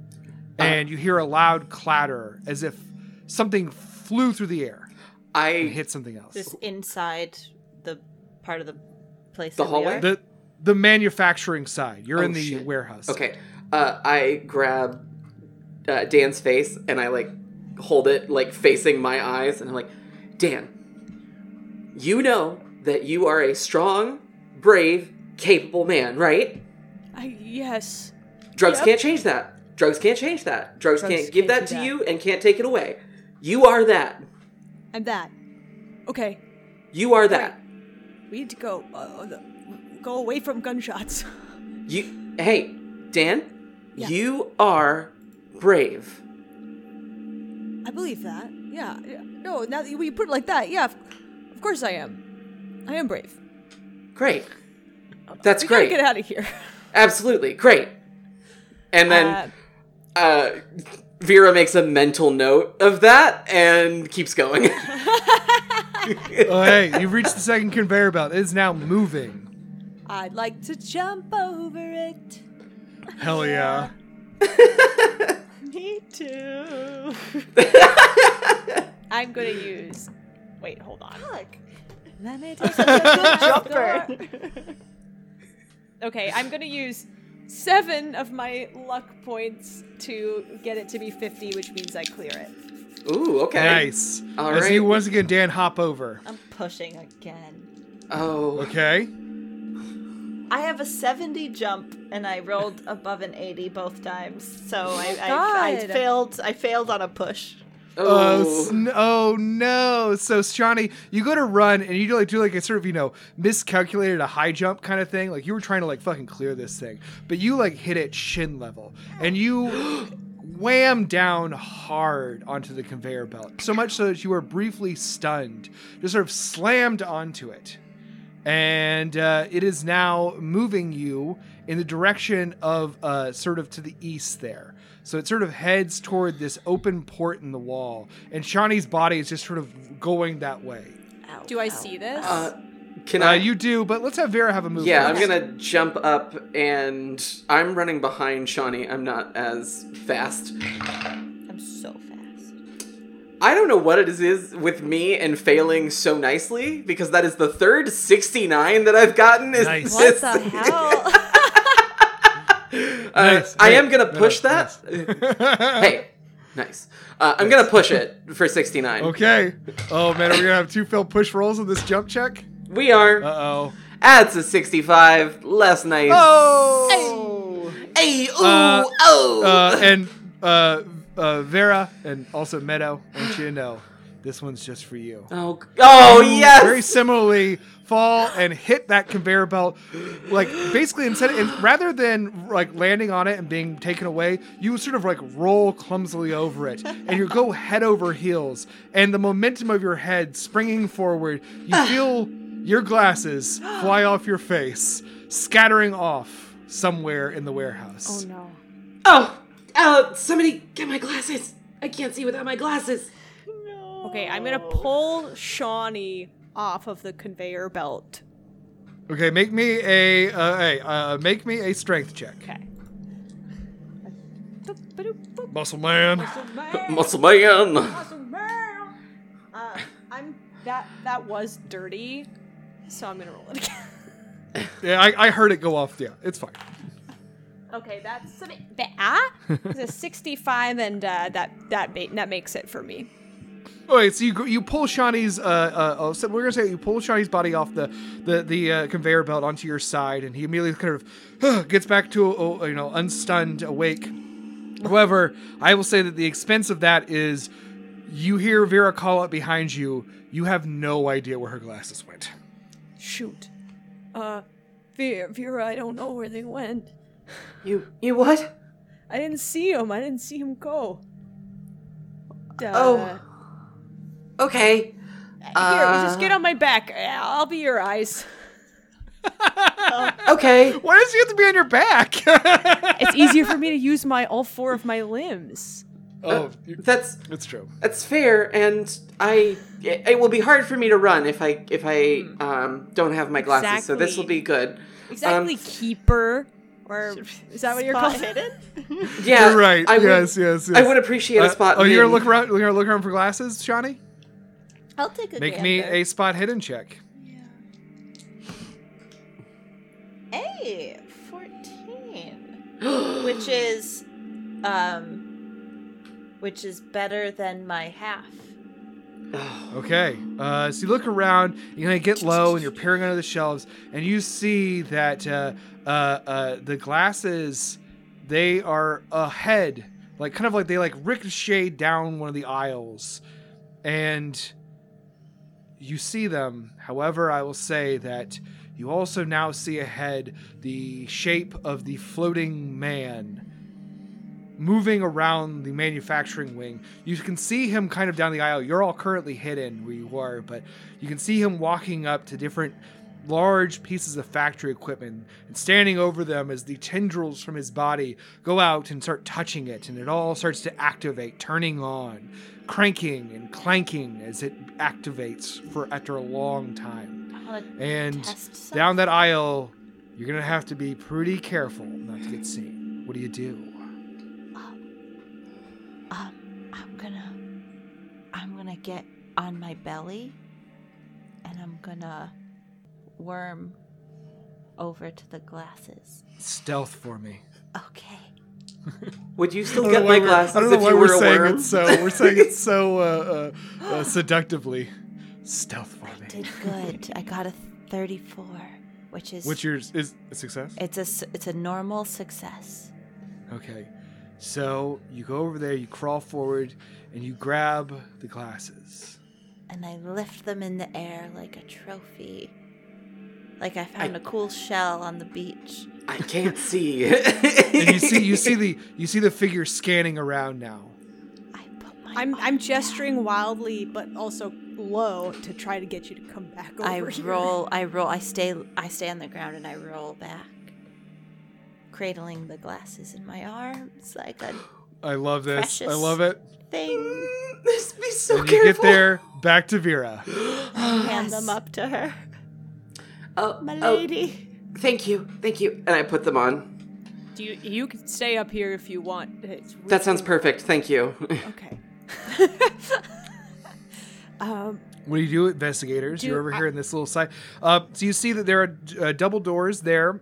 Speaker 2: Uh.
Speaker 1: and you hear a loud clatter as if something flew through the air
Speaker 2: I
Speaker 1: and hit something else.
Speaker 5: This inside the part of the place.
Speaker 2: The
Speaker 5: that we
Speaker 2: hallway?
Speaker 5: are?
Speaker 1: the the manufacturing side. You're
Speaker 2: Oh,
Speaker 1: in the
Speaker 2: shit.
Speaker 1: warehouse.
Speaker 2: Okay. Uh, I grab uh, Dan's face and I like hold it like facing my eyes and I'm like, Dan, you know that you are a strong, brave, capable man, right?
Speaker 7: I yes,
Speaker 2: Drugs can't change that. Drugs can't change that. Drugs,
Speaker 3: Drugs
Speaker 2: can't give that
Speaker 3: can't do
Speaker 2: to
Speaker 3: that.
Speaker 2: you and can't take it away. You are that.
Speaker 3: I'm that.
Speaker 7: okay.
Speaker 2: You are that.
Speaker 7: We need to go. Uh, the- go away from gunshots.
Speaker 2: You Hey, Dan,
Speaker 7: Yeah.
Speaker 2: you are brave.
Speaker 7: I believe that. Yeah. yeah. No, now that you you put it like that, yeah, of, of course I am. I am brave.
Speaker 2: Great. That's
Speaker 7: we
Speaker 2: great.
Speaker 7: gotta get out of here.
Speaker 2: Absolutely. Great. And then
Speaker 7: Uh,
Speaker 2: uh, Vera makes a mental note of that and keeps going.
Speaker 1: Oh, hey, you've reached the second conveyor belt. It is now moving.
Speaker 3: I'd like to jump over it.
Speaker 1: Hell yeah.
Speaker 3: Me too. I'm gonna use. Wait, hold on. Let me take a good jumper. Okay, I'm gonna use seven of my luck points to get it to be 50, which means I clear it.
Speaker 2: Ooh, okay.
Speaker 1: Nice.
Speaker 2: All
Speaker 1: As you
Speaker 2: right.
Speaker 1: once again, Dan, hop over.
Speaker 5: I'm pushing again.
Speaker 2: Oh,
Speaker 1: Okay.
Speaker 5: I have a 70 jump, and I rolled above an 80 both times. So I, I, I
Speaker 3: God.
Speaker 5: failed. I failed on a push.
Speaker 1: Oh,
Speaker 2: oh,
Speaker 1: sn- oh no! So Shawnee, you go to run and you do like do like a sort of you know miscalculated a high jump kind of thing. Like you were trying to like fucking clear this thing, but you like hit it shin level and you wham down hard onto the conveyor belt. So much so that you were briefly stunned, just sort of slammed onto it, and uh, it is now moving you in the direction of uh, sort of to the east there. So it sort of heads toward this open port in the wall, and Shawnee's body is just sort of going that way.
Speaker 3: Do I see this?
Speaker 2: uh, can
Speaker 1: Uh,
Speaker 2: I?
Speaker 1: you do, but let's have Vera have a move.
Speaker 2: yeah, I'm
Speaker 1: first.
Speaker 2: gonna jump up, and I'm running behind Shawnee. I'm not as fast.
Speaker 5: I'm so fast.
Speaker 2: I don't know what it is with me and failing so nicely because that is the third 69 that I've gotten. Is
Speaker 1: Nice.
Speaker 2: this-
Speaker 3: what the hell?
Speaker 2: Uh,
Speaker 1: Nice.
Speaker 2: I
Speaker 1: Nice.
Speaker 2: am gonna push
Speaker 1: Nice.
Speaker 2: that. hey, nice. Uh, I'm gonna push it for 69.
Speaker 1: Okay. Oh man, are we gonna have two failed push rolls on this jump check?
Speaker 2: We are.
Speaker 1: Uh oh.
Speaker 2: That's a 65. Less nice.
Speaker 1: Oh.
Speaker 2: Hey, ooh,
Speaker 1: Uh,
Speaker 2: oh.
Speaker 1: Uh, and uh, uh, Vera and also Meadow, I want you to know, this one's just for you.
Speaker 2: oh, g- oh
Speaker 1: you
Speaker 2: yes.
Speaker 1: Very similarly, fall and hit that conveyor belt. Like basically, instead, and rather than like landing on it and being taken away, you sort of like roll clumsily over it, and you go head over heels. And the momentum of your head springing forward, you feel your glasses fly off your face, scattering off somewhere in the warehouse.
Speaker 7: Oh no.
Speaker 2: oh, uh, somebody get my glasses. I can't see without my glasses.
Speaker 3: okay, I'm gonna pull Shawnee off of the conveyor belt.
Speaker 1: Okay, make me a uh, hey, uh, make me a strength check,
Speaker 3: Okay. Boop, ba-doop, boop.
Speaker 1: muscle man.
Speaker 2: Muscle man.
Speaker 3: Uh, I'm that that was dirty, so I'm gonna roll it again.
Speaker 1: Yeah, I, I heard it go off. Yeah, it's fine.
Speaker 3: Okay, that's a bit bad. It's a 65, and uh, that that ma- that makes it for me.
Speaker 1: All right, so you go- you pull Shawnee's uh, uh oh, so we're gonna say you pull Shawnee's body off the the the uh, conveyor belt onto your side, and he immediately kind of gets back to uh, you know unstunned, awake. However, I will say that the expense of that is you hear Vera call out behind you. You have no idea where her glasses went.
Speaker 7: Shoot. Uh, Vera, Vera, I don't know where they went.
Speaker 2: You, you what?
Speaker 7: I didn't see him. I didn't see him go. Duh.
Speaker 2: Oh. Okay. Uh,
Speaker 3: Here, just get on my back. I'll be your eyes.
Speaker 2: Okay.
Speaker 1: Why does she have to be on your back?
Speaker 7: It's easier for me to use my all four of my limbs.
Speaker 1: oh,
Speaker 2: That's
Speaker 1: it's true.
Speaker 2: that's fair, and I it, it will be hard for me to run if I if I um don't have my glasses. So this will
Speaker 3: Exactly.
Speaker 2: be good.
Speaker 3: Exactly, keeper. Or is that what you're
Speaker 5: Spot
Speaker 3: calling it?
Speaker 5: hidden?
Speaker 2: Yeah,
Speaker 1: You're right.
Speaker 2: I would-
Speaker 1: yes, yes, yes.
Speaker 2: I would appreciate
Speaker 1: Uh,
Speaker 2: a spot.
Speaker 1: oh, you're gonna
Speaker 2: hidden.
Speaker 1: look around. You're gonna look around for glasses, Shawnee.
Speaker 5: I'll take a
Speaker 1: Make me
Speaker 5: gander.
Speaker 1: a spot hidden check.
Speaker 5: Hey, 14. which is um which is better than my half.
Speaker 1: Okay. Uh, so you look around, you're going to get low, and you're peering under the shelves, and you see that uh, uh, uh, the glasses, they are ahead. Like, kind of like they like ricochet down one of the aisles. And you see them. However, I will say that you also now see ahead the shape of the floating man moving around the manufacturing wing. You can see him kind of down the aisle. You're all currently hidden where you are, but you can see him walking up to different large pieces of factory equipment and standing over them as the tendrils from his body go out and start touching it and it all starts to activate turning on cranking and clanking as it activates for after a long time
Speaker 5: I wanna
Speaker 1: and
Speaker 5: test some-
Speaker 1: down that aisle You're gonna have to be pretty careful not to get seen. What do you do?
Speaker 5: Um, I'm gonna, I'm gonna get on my belly, and I'm gonna worm over to the glasses.
Speaker 1: Stealth for me.
Speaker 5: Okay.
Speaker 2: Would you still
Speaker 1: I don't
Speaker 2: get
Speaker 1: know
Speaker 2: my
Speaker 1: why we're-
Speaker 2: glasses
Speaker 1: I don't know
Speaker 2: if
Speaker 1: why
Speaker 2: you
Speaker 1: we're
Speaker 2: were a
Speaker 1: saying uh,
Speaker 2: worm?
Speaker 1: it so. We're saying it so uh, uh, uh, seductively. Stealth for me.
Speaker 5: Did good. I got a 34, which is
Speaker 1: What's yours? Is a success?
Speaker 2: Eh.
Speaker 5: it's a s- it's a normal success.
Speaker 1: Okay. So you go over there, you crawl forward, and you grab the glasses.
Speaker 5: and I lift them in the air like a trophy. Like I found a cool shell on the beach.
Speaker 2: I can't see.
Speaker 1: And you see you see the you see the figure scanning around now.
Speaker 5: I put my
Speaker 3: I'm
Speaker 5: arm
Speaker 3: I'm
Speaker 5: down.
Speaker 3: gesturing wildly, but also low to try to get you to come back over
Speaker 5: I
Speaker 3: here.
Speaker 5: roll. I roll. I stay. I stay on the ground and I roll back, cradling the glasses in my arms like a
Speaker 1: I love this. I
Speaker 5: Precious.
Speaker 1: love it.
Speaker 5: thing.
Speaker 2: this be so
Speaker 1: and you get
Speaker 2: careful.
Speaker 1: there, back to Vera.
Speaker 5: Hand Yes. them up to her,
Speaker 2: Oh,
Speaker 5: my
Speaker 2: oh,
Speaker 5: lady.
Speaker 2: thank you, thank you. And I put them on.
Speaker 3: Do you you can stay up here if you want. It's really-
Speaker 2: That sounds perfect. Thank you.
Speaker 3: okay. um,
Speaker 1: What do you do, investigators?
Speaker 3: Do
Speaker 1: You're over
Speaker 3: I-
Speaker 1: here in this little side. Uh, so you see that there are uh, double doors there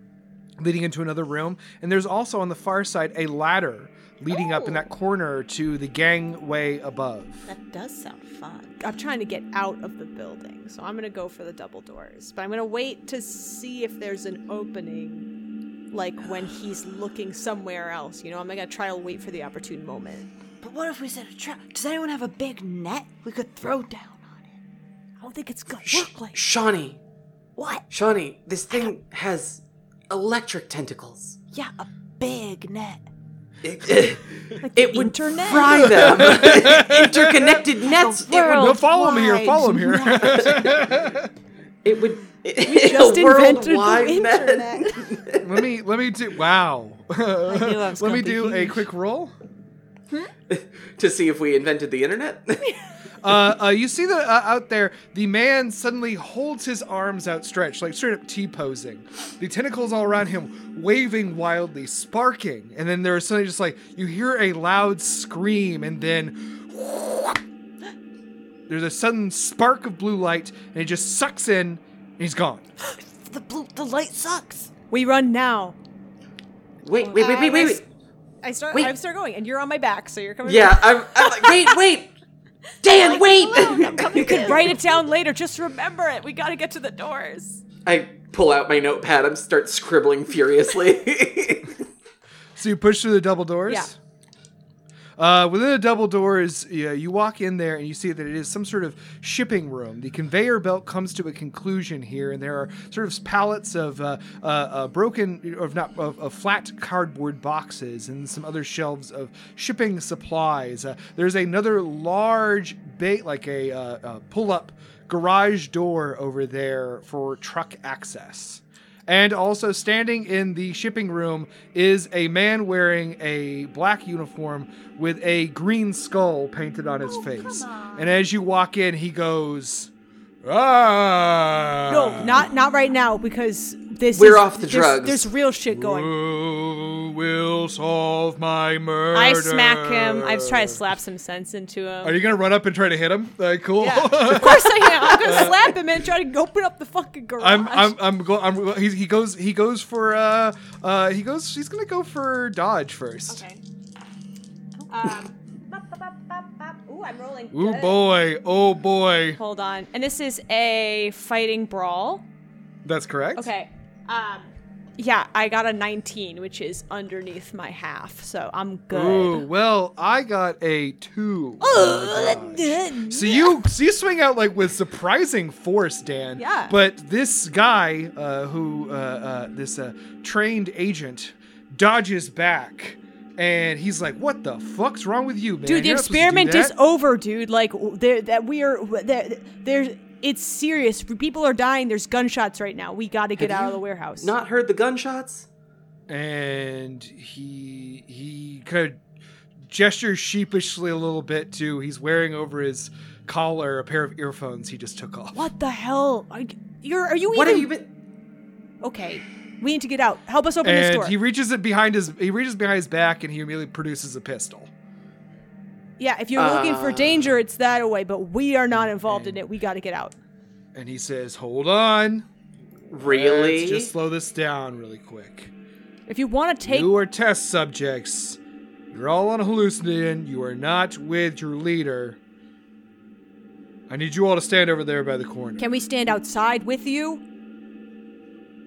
Speaker 1: leading into another room, and there's also on the far side a ladder leading up in that corner to the gangway above.
Speaker 5: That does sound fun.
Speaker 3: I'm trying to get out of the building, so I'm gonna go for the double doors. But I'm gonna wait to see if there's an opening, like when he's looking somewhere else. You know, I'm gonna try to wait for the opportune moment.
Speaker 5: But what if we set a trap? Does anyone have a big net we could throw down on it?
Speaker 3: I don't think it's gonna
Speaker 2: Sh-
Speaker 3: work like
Speaker 2: Shawnee,
Speaker 5: What?
Speaker 2: Shawnee, this thing has electric tentacles.
Speaker 5: Yeah, a big net.
Speaker 2: It, it would
Speaker 3: internet?
Speaker 2: fry them. Interconnected nets. It would,
Speaker 1: No, follow me here. Follow me here.
Speaker 2: it would.
Speaker 3: just
Speaker 2: a
Speaker 3: invented the
Speaker 2: worldwide net.
Speaker 3: internet.
Speaker 1: let me let me do. Wow.
Speaker 4: knew I was
Speaker 1: let me
Speaker 4: gonna be
Speaker 1: do a
Speaker 4: huge.
Speaker 1: quick roll.
Speaker 2: to see if we invented the internet.
Speaker 1: uh, uh, you see the uh, out there, the man suddenly holds his arms outstretched, like straight up T posing. The tentacles all around him waving wildly, sparking, and then there's suddenly just like you hear a loud scream, and then there's a sudden spark of blue light, and it just sucks in, and he's gone.
Speaker 5: The blue. The light sucks.
Speaker 3: We run now.
Speaker 2: wait, wait, wait, wait, wait, wait.
Speaker 3: I start.
Speaker 2: Wait.
Speaker 3: I start going, and you're on my back, so you're coming.
Speaker 2: Yeah, I'm, I'm like, wait, wait. Dan,
Speaker 3: You
Speaker 2: wait.
Speaker 3: could write it down later. Just remember it. We gotta get to the doors.
Speaker 2: I pull out my notepad and start scribbling furiously.
Speaker 1: So you push through the double doors.
Speaker 3: Yeah.
Speaker 1: Uh, within the double doors, yeah, you walk in there and you see that it is some sort of shipping room. The conveyor belt comes to a conclusion here, and there are sort of pallets of uh, uh, uh, broken, of not of, of flat cardboard boxes and some other shelves of shipping supplies. Uh, there's another large, ba- like a uh, uh, pull-up garage door over there for truck access. And also standing in the shipping room is a man wearing a black uniform with a green skull painted on
Speaker 3: Oh,
Speaker 1: his face. And as you walk in, he goes, "Ah!"
Speaker 3: No, not not right now because this.
Speaker 2: We're
Speaker 3: is-
Speaker 2: off the
Speaker 3: there's-
Speaker 2: drugs.
Speaker 3: There's real shit going.
Speaker 1: Who will solve my murder?
Speaker 3: I smack him. I try to slap some sense into him.
Speaker 1: Are you gonna run up and try to hit him? Uh, cool.
Speaker 3: of course I am. I'm gonna slap him and try to open up the fucking garage.
Speaker 1: I'm, I'm, I'm, go- I'm go- he, he goes, he goes for, uh, uh, he goes, he's gonna go for dodge first.
Speaker 3: Okay. Um. bop, bop, bop, bop, bop. Ooh, I'm rolling.
Speaker 1: Ooh
Speaker 3: good.
Speaker 1: boy, oh boy.
Speaker 3: Hold on. And this is a fighting brawl.
Speaker 1: That's correct.
Speaker 3: Okay. Um. Yeah, I got a 19, which is underneath my half, so I'm good.
Speaker 1: Ooh, well, I got a two. Oh my gosh. so you so you swing out like with surprising force, Dan.
Speaker 3: Yeah.
Speaker 1: But this guy, uh, who uh, uh, this uh, trained agent, dodges back, and he's like, "What the fuck's wrong with you, man?
Speaker 3: dude the
Speaker 1: You're not supposed to do
Speaker 3: experiment
Speaker 1: that."
Speaker 3: is over dude like w- there that we are w- there there's it's serious people are dying there's gunshots right now we got to get
Speaker 2: Have
Speaker 3: out
Speaker 2: you
Speaker 3: of the warehouse
Speaker 2: Not heard the gunshots?
Speaker 1: and he he kind of gestures sheepishly a little bit too. He's wearing over his collar a pair of earphones he just took off.
Speaker 3: what the hell are, y- you're are you
Speaker 2: What
Speaker 3: even
Speaker 2: have you been?
Speaker 3: okay We need to get out. Help us open this
Speaker 1: and
Speaker 3: door.
Speaker 1: he reaches it behind his he reaches behind his back and he immediately produces a pistol.
Speaker 3: yeah, if you're looking for
Speaker 2: Uh.
Speaker 3: danger, it's that away, but we are not involved in it. We got to get out.
Speaker 1: And he says, "Hold on,
Speaker 2: Really?
Speaker 1: Let's just slow this down really quick.
Speaker 3: If you want to take
Speaker 1: you are test subjects. You're all on a hallucinogen. You are not with your leader. I need you all to stand over there by the corner.
Speaker 3: Can we stand outside with you?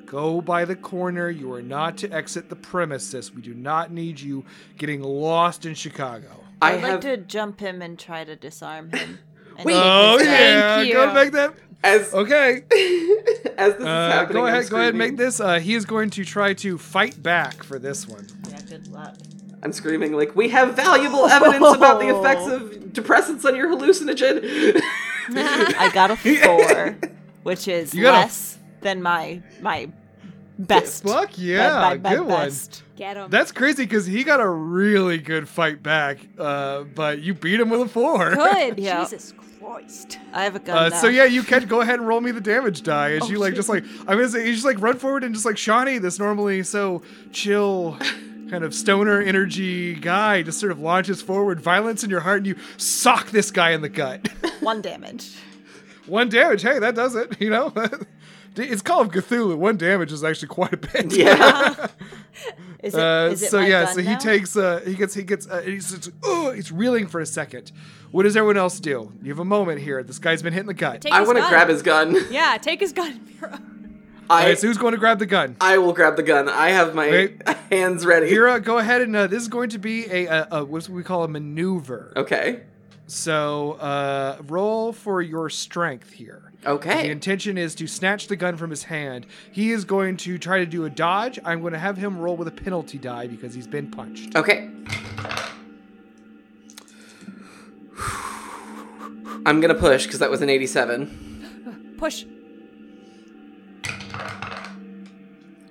Speaker 1: Go by the corner. You are not to exit the premises. We do not need you getting lost in Chicago.
Speaker 2: I
Speaker 5: I'd
Speaker 2: have
Speaker 5: like to jump him and try to disarm him. and
Speaker 2: Wait.
Speaker 5: take
Speaker 1: Oh
Speaker 5: his gun.
Speaker 1: yeah,
Speaker 8: you.
Speaker 1: go make that.
Speaker 2: as
Speaker 1: Okay,
Speaker 2: as this
Speaker 1: uh,
Speaker 2: is happening.
Speaker 1: go
Speaker 2: I'm
Speaker 1: ahead. Go ahead. and
Speaker 2: screaming-
Speaker 1: Make this. Uh, he is going to try to fight back for this one.
Speaker 5: Yeah, good luck.
Speaker 2: I'm screaming like we have valuable evidence about the effects of depressants on your hallucinogen.
Speaker 5: I got a four, which is
Speaker 1: You got a-
Speaker 5: less than my my best.
Speaker 1: Fuck yeah,
Speaker 5: my, my
Speaker 1: good one.
Speaker 5: best.
Speaker 8: Get him.
Speaker 1: That's crazy because he got a really good fight back, uh, but you beat him with a four.
Speaker 8: Good.
Speaker 5: Yeah.
Speaker 8: Jesus Christ.
Speaker 5: I have a gun.
Speaker 1: Uh,
Speaker 5: now.
Speaker 1: so yeah, you can go ahead and roll me the damage die.
Speaker 5: Oh,
Speaker 1: As you like, just like I'm gonna say, you just like run forward and just like Shawnee, this normally so chill, kind of stoner energy guy, just sort of launches forward, violence in your heart, and you sock this guy in the gut.
Speaker 5: one damage.
Speaker 1: one damage, hey, that does it. You know, it's Call of Cthulhu. One damage is actually quite a bit.
Speaker 2: yeah.
Speaker 5: Is it?
Speaker 1: Uh,
Speaker 5: is it
Speaker 1: so
Speaker 5: my
Speaker 1: yeah,
Speaker 5: gun
Speaker 1: so he
Speaker 5: now?
Speaker 1: takes uh he gets he gets uh, he's just, oh he's reeling for a second. What does everyone else do? You have a moment here. This guy's been hit in the gut.
Speaker 8: Take
Speaker 2: I
Speaker 8: his
Speaker 2: want to
Speaker 8: gun.
Speaker 2: grab his gun.
Speaker 8: Yeah, take his gun. Mira.
Speaker 1: All
Speaker 2: I
Speaker 1: right, so who's going to grab the gun?
Speaker 2: I will grab the gun. I have my
Speaker 1: Wait.
Speaker 2: hands ready.
Speaker 1: Hira, go ahead and uh, this is going to be a, a, a what's what we call a maneuver.
Speaker 2: okay.
Speaker 1: So uh, roll for your strength here. The
Speaker 2: Okay.
Speaker 1: intention is to snatch the gun from his hand. He is going to try to do a dodge. I'm going to have him roll with a penalty die because he's been punched.
Speaker 2: Okay. I'm gonna push because that was an 87.
Speaker 3: Push.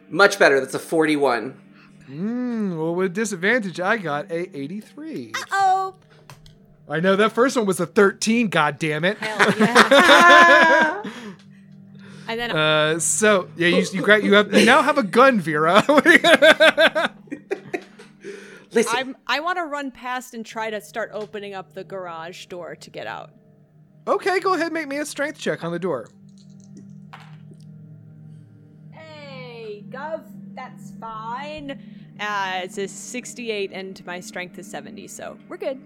Speaker 2: Much better. That's a 41.
Speaker 1: Mm, well, with disadvantage, I got a 83.
Speaker 8: Oh,
Speaker 1: I know that first one was a 13, god damn it.
Speaker 5: Oh,
Speaker 8: hell yeah. and then
Speaker 1: Uh, so yeah, you you, gra- you have you now have a gun, Vera.
Speaker 2: Listen.
Speaker 3: I'm, I want to run past and try to start opening up the garage door to get out.
Speaker 1: okay, go ahead, make me a strength check on the door.
Speaker 3: Hey, Gov, that's fine. Uh, it's a 68 and my strength is 70, so we're good.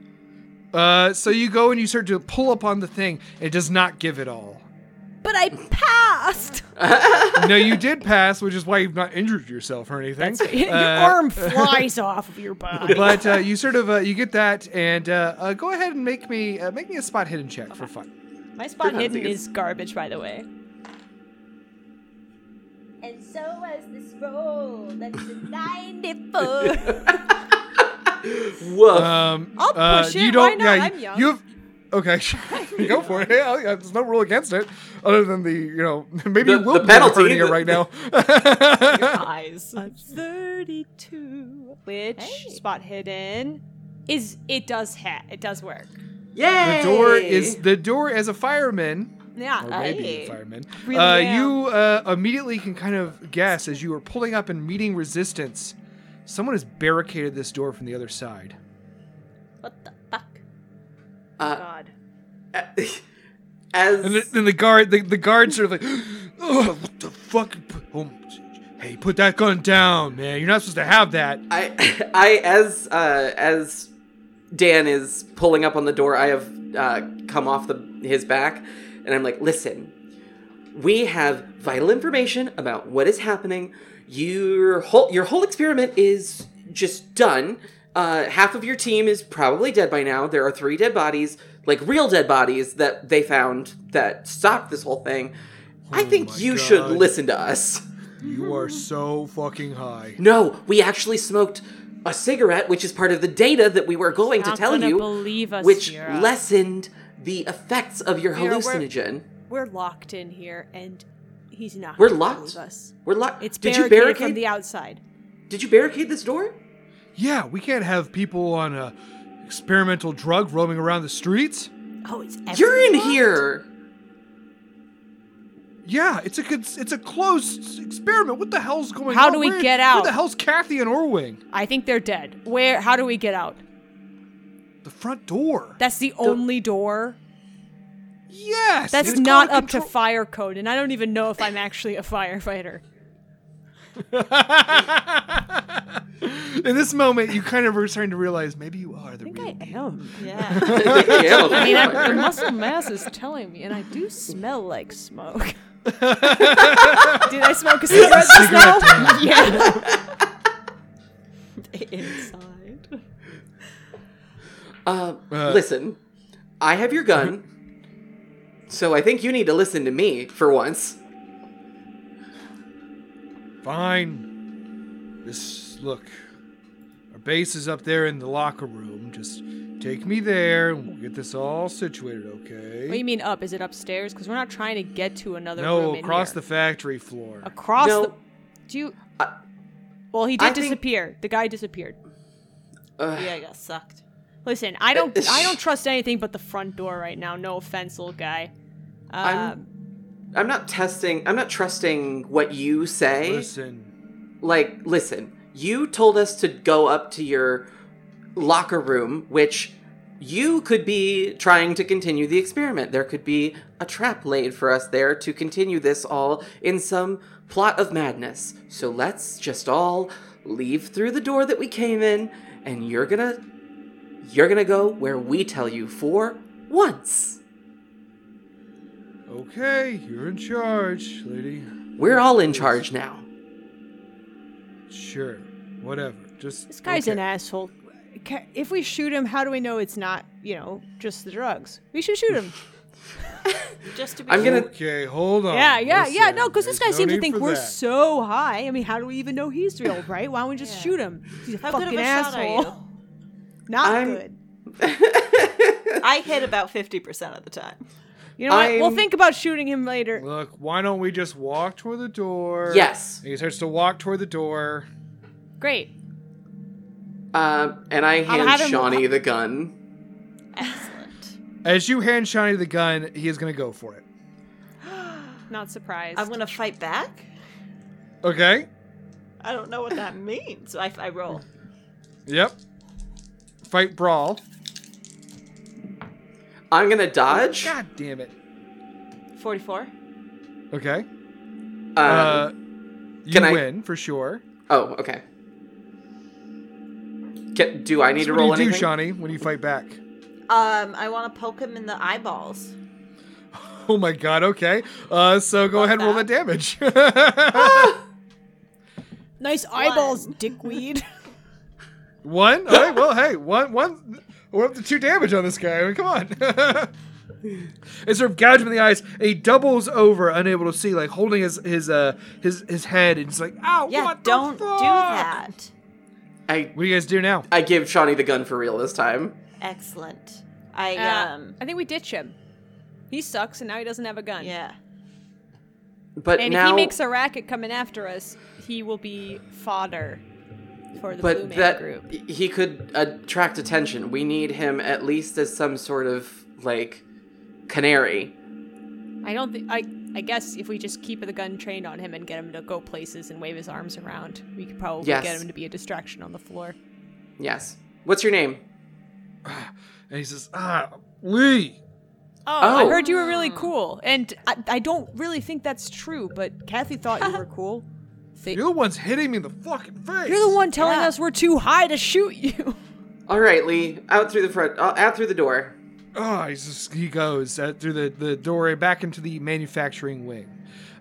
Speaker 1: Uh, so you go and you start to pull up on the thing. It does not give it all.
Speaker 8: but I passed.
Speaker 1: no, you did pass, which is why you've not injured yourself or anything.
Speaker 3: Your
Speaker 1: Uh,
Speaker 3: arm flies off of your body.
Speaker 1: but uh, you sort of uh, you get that, and uh, uh, go ahead and make me uh, make me a spot hidden check for fun.
Speaker 3: My spot
Speaker 2: Good
Speaker 3: hidden
Speaker 2: hunsies.
Speaker 3: is garbage, by the way.
Speaker 9: And so was this roll. That's a 94.
Speaker 2: Woof.
Speaker 1: Um,
Speaker 3: I'll
Speaker 1: uh,
Speaker 3: push
Speaker 1: You
Speaker 3: it,
Speaker 1: don't.
Speaker 3: why not?
Speaker 1: Yeah,
Speaker 3: I'm young.
Speaker 1: You have, okay, go for it. Yeah, yeah, there's no rule against it, other than the you know maybe
Speaker 2: The-
Speaker 1: you will
Speaker 2: the
Speaker 1: be in a
Speaker 2: penalty
Speaker 1: hernia
Speaker 2: that-
Speaker 1: right now.
Speaker 5: eyes.
Speaker 3: I'm 32. Which spot hidden is it does ha it does work.
Speaker 2: Yay!
Speaker 1: the door is the door as a fireman.
Speaker 3: Yeah.
Speaker 1: Or maybe a
Speaker 5: Aye.
Speaker 1: fireman.
Speaker 3: Really
Speaker 1: uh,
Speaker 3: am.
Speaker 1: you uh, immediately can kind of guess as you are pulling up and meeting resistance. Someone has barricaded this door from the other side.
Speaker 9: what the fuck?
Speaker 2: Uh,
Speaker 3: Oh God.
Speaker 2: as
Speaker 1: And the, and the guard, the, the guard sort of like, oh, what the fuck? Oh, hey, put that gun down, man. You're not supposed to have that.
Speaker 2: I, I as uh, as Dan is pulling up on the door, I have uh, come off the his back, and I'm like, listen, we have vital information about what is happening. Your whole your whole experiment is just done. Uh, half of your team is probably dead by now. There are three dead bodies, like real dead bodies that they found that stopped this whole thing. I
Speaker 1: Oh my
Speaker 2: think you should
Speaker 1: God.
Speaker 2: listen to us.
Speaker 1: You are so fucking high.
Speaker 2: No, we actually smoked a cigarette, which is part of the data that we were going to
Speaker 8: Not
Speaker 2: tell
Speaker 8: gonna
Speaker 2: you,
Speaker 8: believe us,
Speaker 2: which
Speaker 8: Vera.
Speaker 2: lessened the effects of your
Speaker 3: Vera, we're-
Speaker 2: hallucinogen.
Speaker 3: We're locked in here and he's not
Speaker 2: We're
Speaker 3: gonna
Speaker 2: locked.
Speaker 3: leave us.
Speaker 2: We're locked.
Speaker 3: It's
Speaker 2: did you
Speaker 3: barricaded
Speaker 2: barricade?
Speaker 3: from the outside.
Speaker 2: did you barricade this door?
Speaker 1: Yeah, we can't have people on a experimental drug roaming around the streets.
Speaker 9: Oh, it's
Speaker 2: You're in
Speaker 9: everyone?
Speaker 2: here.
Speaker 1: Yeah, it's a cons- it's a closed experiment. What the hell's going
Speaker 3: How
Speaker 1: on?
Speaker 3: do we
Speaker 1: Where-
Speaker 3: get
Speaker 1: Where
Speaker 3: out?
Speaker 1: the hell's Kathy and Orwing?
Speaker 3: I think they're dead. Where? How do we get out?
Speaker 1: The front door.
Speaker 3: That's the only door.
Speaker 1: yes.
Speaker 3: That's
Speaker 1: it's
Speaker 3: not
Speaker 1: called a
Speaker 3: up to
Speaker 1: control-
Speaker 3: fire code, and I don't even know if I'm actually a firefighter.
Speaker 1: In this moment, you kind of are starting to realize maybe you are the real.
Speaker 7: am.
Speaker 4: Yeah.
Speaker 2: Yeah,
Speaker 7: I mean, I, the
Speaker 2: well,
Speaker 7: muscle mass is telling me, and I do smell like smoke. Did I smoke a cigarette just now? Yeah.
Speaker 4: Inside.
Speaker 2: uh,
Speaker 1: Uh,
Speaker 2: listen, I have your gun, so I think you need to listen to me for once.
Speaker 1: Fine. This look. Our base is up there in the locker room. Just take me there, and we'll get this all situated, okay?
Speaker 3: What do you mean up? Is it upstairs? Because we're not trying to get to another room.
Speaker 1: no,
Speaker 3: in
Speaker 1: across
Speaker 3: here.
Speaker 1: the factory floor.
Speaker 3: across
Speaker 2: No.
Speaker 3: the. Do you?
Speaker 2: I-
Speaker 3: well, he
Speaker 2: I
Speaker 3: did
Speaker 2: think-
Speaker 3: disappear. The guy disappeared.
Speaker 2: Ugh.
Speaker 4: Yeah, I got sucked.
Speaker 3: Listen, I don't. I don't trust anything but the front door right now. No offense, old guy. Um,
Speaker 2: I'm, I'm not testing. I'm not trusting what you say.
Speaker 1: Listen.
Speaker 2: Like, listen. You told us to go up to your locker room, which you could be trying to continue the experiment. There could be a trap laid for us there to continue this all in some plot of madness. So let's just all leave through the door that we came in, and you're gonna, you're gonna go where we tell you for once.
Speaker 1: Okay, you're in charge, lady.
Speaker 2: We're all in charge now.
Speaker 1: Sure. Whatever. Just
Speaker 3: this guy's
Speaker 1: okay.
Speaker 3: an asshole. Ca- If we shoot him, how do we know it's not you know just the drugs? We should shoot him.
Speaker 1: Oh,
Speaker 4: Just to be
Speaker 2: I'm gonna.
Speaker 1: Okay, hold on.
Speaker 3: yeah, yeah, yeah.
Speaker 1: Listen,
Speaker 3: No, because this
Speaker 1: there's
Speaker 3: guy
Speaker 1: no
Speaker 3: seems to
Speaker 1: need
Speaker 3: think
Speaker 1: for
Speaker 3: we're
Speaker 1: that.
Speaker 3: so high. I mean, how do we even know he's real, right? Why don't we just shoot him? He's a
Speaker 4: How
Speaker 3: fucking
Speaker 4: good of a shot
Speaker 3: asshole.
Speaker 4: are
Speaker 3: Not
Speaker 2: I'm-
Speaker 3: good.
Speaker 4: you? I hit about 50% of the time.
Speaker 3: You know what? We'll
Speaker 2: I'm-
Speaker 3: think about shooting him later.
Speaker 1: Look, why don't we just walk toward the door?
Speaker 2: Yes.
Speaker 1: And he starts to walk toward the door.
Speaker 3: Great.
Speaker 2: Um, and I hand
Speaker 3: have him-
Speaker 2: Shawnee the gun.
Speaker 4: Excellent.
Speaker 1: As you hand Shiny the gun, he is going to go for it.
Speaker 3: Not surprised.
Speaker 4: I'm gonna fight back.
Speaker 1: Okay?
Speaker 4: I don't know what that means. I, I roll.
Speaker 1: Yep. Fight brawl.
Speaker 2: I'm gonna dodge.
Speaker 1: God damn it.
Speaker 4: 44.
Speaker 1: Okay.
Speaker 2: Uh,
Speaker 1: Uh, you
Speaker 2: can I-
Speaker 1: win for sure.
Speaker 2: oh, okay. Ca- do I need
Speaker 1: So
Speaker 2: to
Speaker 1: what do
Speaker 2: roll
Speaker 1: you do,
Speaker 2: anything?
Speaker 1: Shawnee, when you fight back?
Speaker 4: Um, I want to poke him in the eyeballs.
Speaker 1: Oh my god, okay. Uh, so go ahead and roll that damage.
Speaker 3: Nice eyeballs, dickweed.
Speaker 1: one? Okay, well, hey, one, one. We're up to two damage on this guy. I mean, come on. It's sort of gouge him in the eyes, and he doubles over, unable to see, like holding his his uh his his head, and he's like, "Ow,
Speaker 4: Yeah,
Speaker 1: what the
Speaker 4: don't do
Speaker 1: fuck?"
Speaker 4: that.
Speaker 2: I
Speaker 1: What do you guys do now?
Speaker 2: I give Shawnee the gun for real this time.
Speaker 4: Excellent. I,
Speaker 3: Yeah.
Speaker 4: um,
Speaker 3: I think we ditch him. He sucks, and now he doesn't have a gun.
Speaker 4: yeah.
Speaker 2: But
Speaker 3: And
Speaker 2: now,
Speaker 3: if he makes a racket coming after us, he will be fodder for the Blue
Speaker 2: but
Speaker 3: Man
Speaker 2: that
Speaker 3: group.
Speaker 2: he could attract attention. We need him at least as some sort of like canary.
Speaker 3: I don't think. I I guess if we just keep the gun trained on him and get him to go places and wave his arms around, we could probably
Speaker 2: Yes.
Speaker 3: get him to be a distraction on the floor.
Speaker 2: Yes. What's your name?
Speaker 1: And he says, "Ah, Lee."
Speaker 3: Oh,
Speaker 2: Oh.
Speaker 3: I heard you were really cool, and I, I don't really think that's true. But Kathy thought you were cool. Thi-
Speaker 1: You're the one's hitting me in the fucking face.
Speaker 3: You're the one telling
Speaker 4: Yeah.
Speaker 3: us we're too high to shoot you.
Speaker 2: All right, Lee. Out through the front. Uh, out through the door.
Speaker 1: Oh, he's just, he goes uh, through the, the doorway back into the manufacturing wing.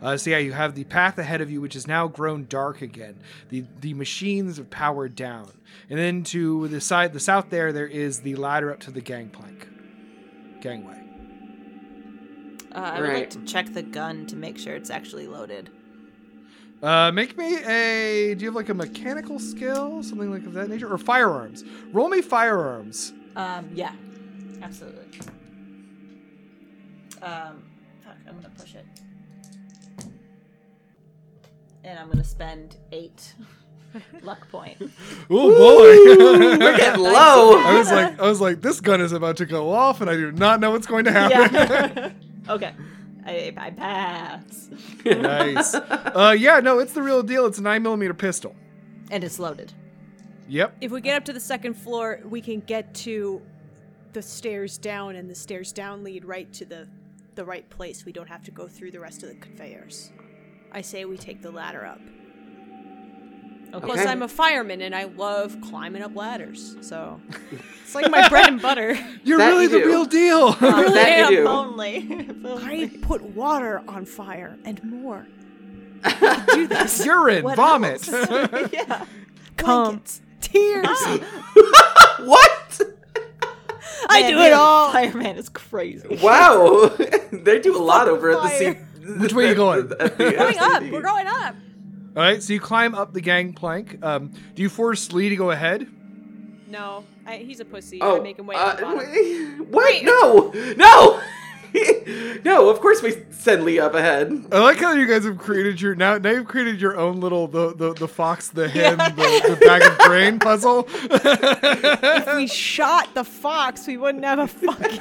Speaker 1: Uh, so yeah, you have the path ahead of you, which is now grown dark again. The the machines have powered down, and then to the side, the south there, there is the ladder up to the gangplank, gangway.
Speaker 4: Uh, I would
Speaker 2: Right.
Speaker 4: like to check the gun to make sure it's actually loaded.
Speaker 1: Uh, make me a. Do you have like a mechanical skill, something like of that nature, or firearms? Roll me firearms.
Speaker 4: Um, yeah, absolutely. Um, fuck, I'm gonna push it, and I'm gonna spend eight luck point.
Speaker 1: Oh boy!
Speaker 2: Get low.
Speaker 1: I was like, I was like, this gun is about to go off, and I do not know what's going to happen.
Speaker 4: okay,
Speaker 5: I, I pass.
Speaker 1: nice. Uh, yeah, no, it's the real deal. It's a nine millimeter pistol.
Speaker 5: And it's loaded.
Speaker 1: Yep.
Speaker 3: If we get up to the second floor, we can get to the stairs down, and the stairs down lead right to the the right place. We don't have to go through the rest of the conveyors. I say we take the ladder up.
Speaker 5: Okay.
Speaker 3: Plus, I'm a fireman, and I love climbing up ladders, so it's like my bread and butter.
Speaker 1: You're
Speaker 2: That
Speaker 1: really
Speaker 2: you
Speaker 1: the
Speaker 2: do.
Speaker 1: real deal.
Speaker 3: Uh,
Speaker 2: That you
Speaker 3: am
Speaker 2: do.
Speaker 5: only. If
Speaker 3: I
Speaker 5: only.
Speaker 3: put water on fire and more. I could do this.
Speaker 1: Urine,
Speaker 5: What
Speaker 1: vomit.
Speaker 5: else? yeah.
Speaker 3: Cum, tears.
Speaker 2: what?
Speaker 3: I do it all.
Speaker 5: Fireman is crazy.
Speaker 2: Wow. they do a lot over at the C.
Speaker 1: Which way you going?
Speaker 3: Going up. We're going up.
Speaker 1: All right, so you climb up the gangplank. Um, do you force Lee to go ahead?
Speaker 3: No, I, he's a pussy.
Speaker 2: Oh,
Speaker 3: I make him wait.
Speaker 2: uh,
Speaker 3: at the bottom.
Speaker 2: wait. What? No, no, no. Of course we send Lee up ahead.
Speaker 1: I like how you guys have created your now. Now you've created your own little the the, the fox, the hen, the, the bag of grain puzzle.
Speaker 3: if we shot the fox, we wouldn't have a fucking.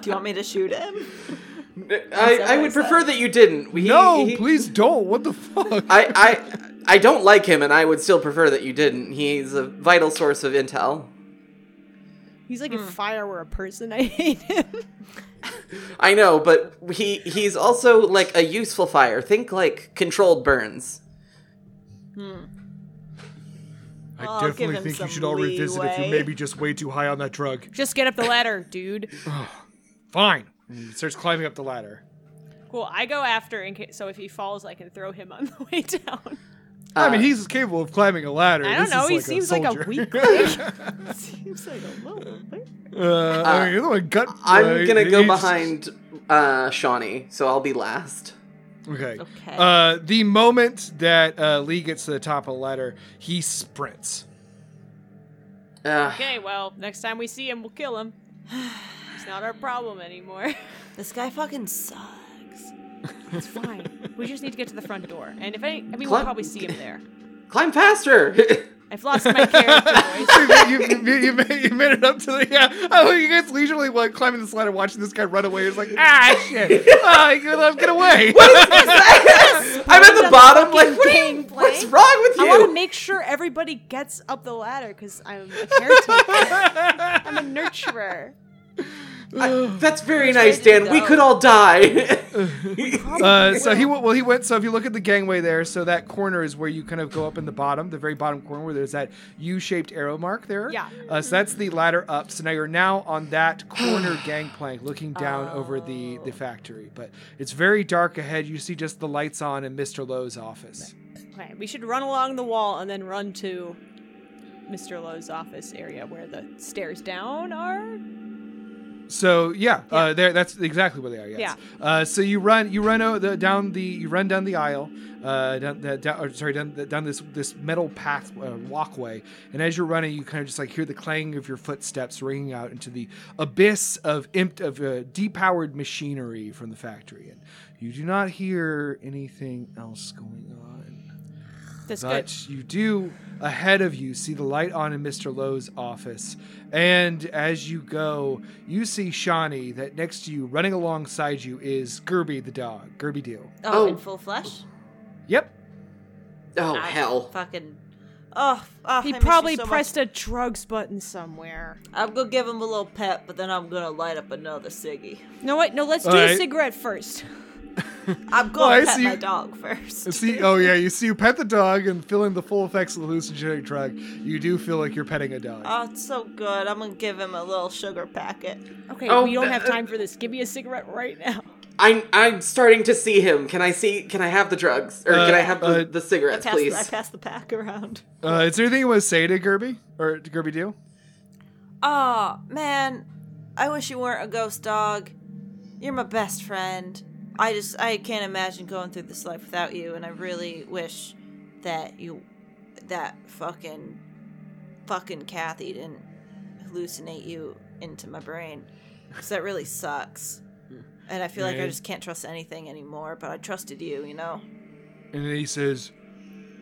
Speaker 5: Do you want me to shoot him?
Speaker 2: I, I would prefer that you didn't. He-
Speaker 1: no,
Speaker 2: he-
Speaker 1: please don't. What the fuck?
Speaker 2: I, I, I don't like him, and I would still prefer that you didn't. He's a vital source of intel.
Speaker 3: He's like if fire were a person. I hate him.
Speaker 2: I know, but he he's also like a useful fire. Think like controlled burns.
Speaker 1: I
Speaker 5: I'll give
Speaker 1: definitely
Speaker 5: him
Speaker 1: think you
Speaker 5: some
Speaker 1: should all revisit if you're
Speaker 5: leeway.
Speaker 1: maybe just way too high on that drug.
Speaker 3: Just get up the ladder, dude.
Speaker 1: Fine. And he starts climbing up the ladder.
Speaker 3: Cool. I go after, in case, so if he falls, I can throw him on the way down.
Speaker 1: I mean, he's capable of climbing a ladder.
Speaker 3: Uh, I don't
Speaker 1: This
Speaker 3: know,
Speaker 1: is
Speaker 3: he
Speaker 1: like
Speaker 3: seems
Speaker 1: a
Speaker 3: like a
Speaker 1: soldier.
Speaker 3: weak
Speaker 5: Seems like a little bit.
Speaker 1: Uh, I mean, you're the one gut.
Speaker 2: I'm
Speaker 1: uh,
Speaker 2: gonna go
Speaker 1: he's-
Speaker 2: behind uh, Shawnee, so I'll be last.
Speaker 1: Okay.
Speaker 5: Okay.
Speaker 1: Uh, the moment that uh, Lee gets to the top of the ladder, he sprints.
Speaker 2: Uh,
Speaker 3: Okay, well, next time we see him, we'll kill him. It's not our problem anymore.
Speaker 5: This guy fucking sucks.
Speaker 3: It's fine. We just need to get to the front door, and if any, I mean, we'll
Speaker 2: Climb-
Speaker 3: probably see him there.
Speaker 2: climb faster.
Speaker 3: I've lost my character voice.
Speaker 1: you, you, you, you made, you made it up to the yeah. Oh, you guys leisurely like climbing this ladder, watching this guy run away. It's like ah shit. Oh, he let him get away.
Speaker 2: I'm at the bottom. Like, what do you- what's wrong with
Speaker 3: I want to
Speaker 2: you?
Speaker 3: make sure everybody gets up the ladder because I'm a caretaker. I'm a nurturer.
Speaker 2: That's very nice, Dan. We could all die.
Speaker 1: Uh, so he went, well he went so if you look at the gangway there so that corner is where you kind of go up in the bottom the very bottom corner where there's that u-shaped arrow mark there
Speaker 3: Yeah.
Speaker 1: uh, so that's the ladder up so now you're now on that corner gangplank looking down over the the factory but it's very dark ahead you see just the lights on in mr lowe's office
Speaker 3: Okay, we should run along the wall and then run to Mr. Lowe's office area where the stairs down are.
Speaker 1: so yeah, Uh, there that's exactly where they are yes.
Speaker 3: Yeah.
Speaker 1: uh, so you run you run o- the, down the you run down the aisle uh, down, the, down or sorry down, the, down this this metal path uh, walkway and as you're running you kind of just like hear the clang of your footsteps ringing out into the abyss of imp- of uh, depowered machinery from the factory and you do not hear anything else going on
Speaker 3: That's good.
Speaker 1: but you do ahead of you see the light on in Mr. Lowe's office. And as you go, you see Shawnee that next to you, running alongside you, is Gerby the dog. Gerby Deal.
Speaker 5: Oh,
Speaker 2: Oh.
Speaker 5: in full flesh?
Speaker 1: Yep.
Speaker 2: oh
Speaker 5: Ah,
Speaker 2: hell!
Speaker 5: Fucking. Oh, oh
Speaker 3: He
Speaker 5: I miss you
Speaker 3: probably
Speaker 5: so much.
Speaker 3: pressed a drugs button somewhere.
Speaker 5: I'm gonna give him a little pet, but then I'm gonna light up another ciggy.
Speaker 3: No, wait, no, let's do
Speaker 1: Alright.
Speaker 3: a cigarette first.
Speaker 5: I'm
Speaker 1: Well, I
Speaker 5: gonna pet
Speaker 1: see-
Speaker 5: my dog first.
Speaker 1: See, oh yeah, you see you pet the dog and feeling the full effects of the hallucinogenic drug, you do feel like you're petting a dog.
Speaker 5: Oh, it's so good. I'm gonna give him a little sugar packet.
Speaker 3: Okay,
Speaker 2: Oh,
Speaker 3: we don't have
Speaker 2: uh,
Speaker 3: time for this. Give me a cigarette right now.
Speaker 2: I'm I'm starting to see him. Can I see? Can I have the drugs or can
Speaker 1: Uh,
Speaker 2: I have the,
Speaker 1: uh,
Speaker 2: the
Speaker 5: I
Speaker 2: cigarettes,
Speaker 5: pass,
Speaker 2: please?
Speaker 5: I pass the pack around.
Speaker 1: Uh, is there anything you want to say to Gerby or to Gerby Deal?
Speaker 5: Oh, man. I wish you weren't a ghost dog. You're my best friend. I just, I can't imagine going through this life without you, and I really wish that you, that fucking, fucking Kathy didn't hallucinate you into my brain. Because that really sucks. And I feel like I
Speaker 1: Man.
Speaker 5: just can't trust anything anymore, but I trusted you, you know?
Speaker 1: And then he says,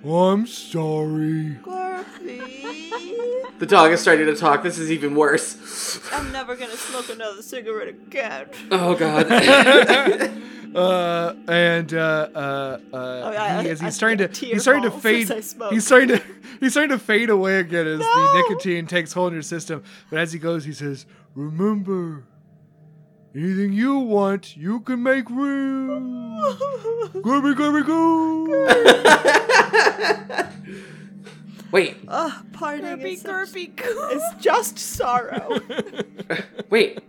Speaker 1: "I'm sorry."
Speaker 5: Garfield.
Speaker 2: The dog is starting to talk. This is even worse.
Speaker 4: I'm never gonna smoke another cigarette again.
Speaker 2: Oh god.
Speaker 1: uh, and uh, uh, uh,
Speaker 4: Oh, yeah,
Speaker 1: he
Speaker 4: I-
Speaker 1: is,
Speaker 4: I
Speaker 1: he's starting to
Speaker 4: get a tear
Speaker 1: he's starting to
Speaker 4: fall
Speaker 1: fade.
Speaker 4: since I smoke.
Speaker 1: He's starting to he's starting to fade away again as
Speaker 4: No.
Speaker 1: the nicotine takes hold in your system. But as he goes, he says, "Remember, anything you want, you can make real." Gooby gooby goo.
Speaker 2: wait,
Speaker 4: Ugh, partying
Speaker 3: Gurpy,
Speaker 4: is, such,
Speaker 3: gurpy, goo.
Speaker 4: is just sorrow.
Speaker 2: wait.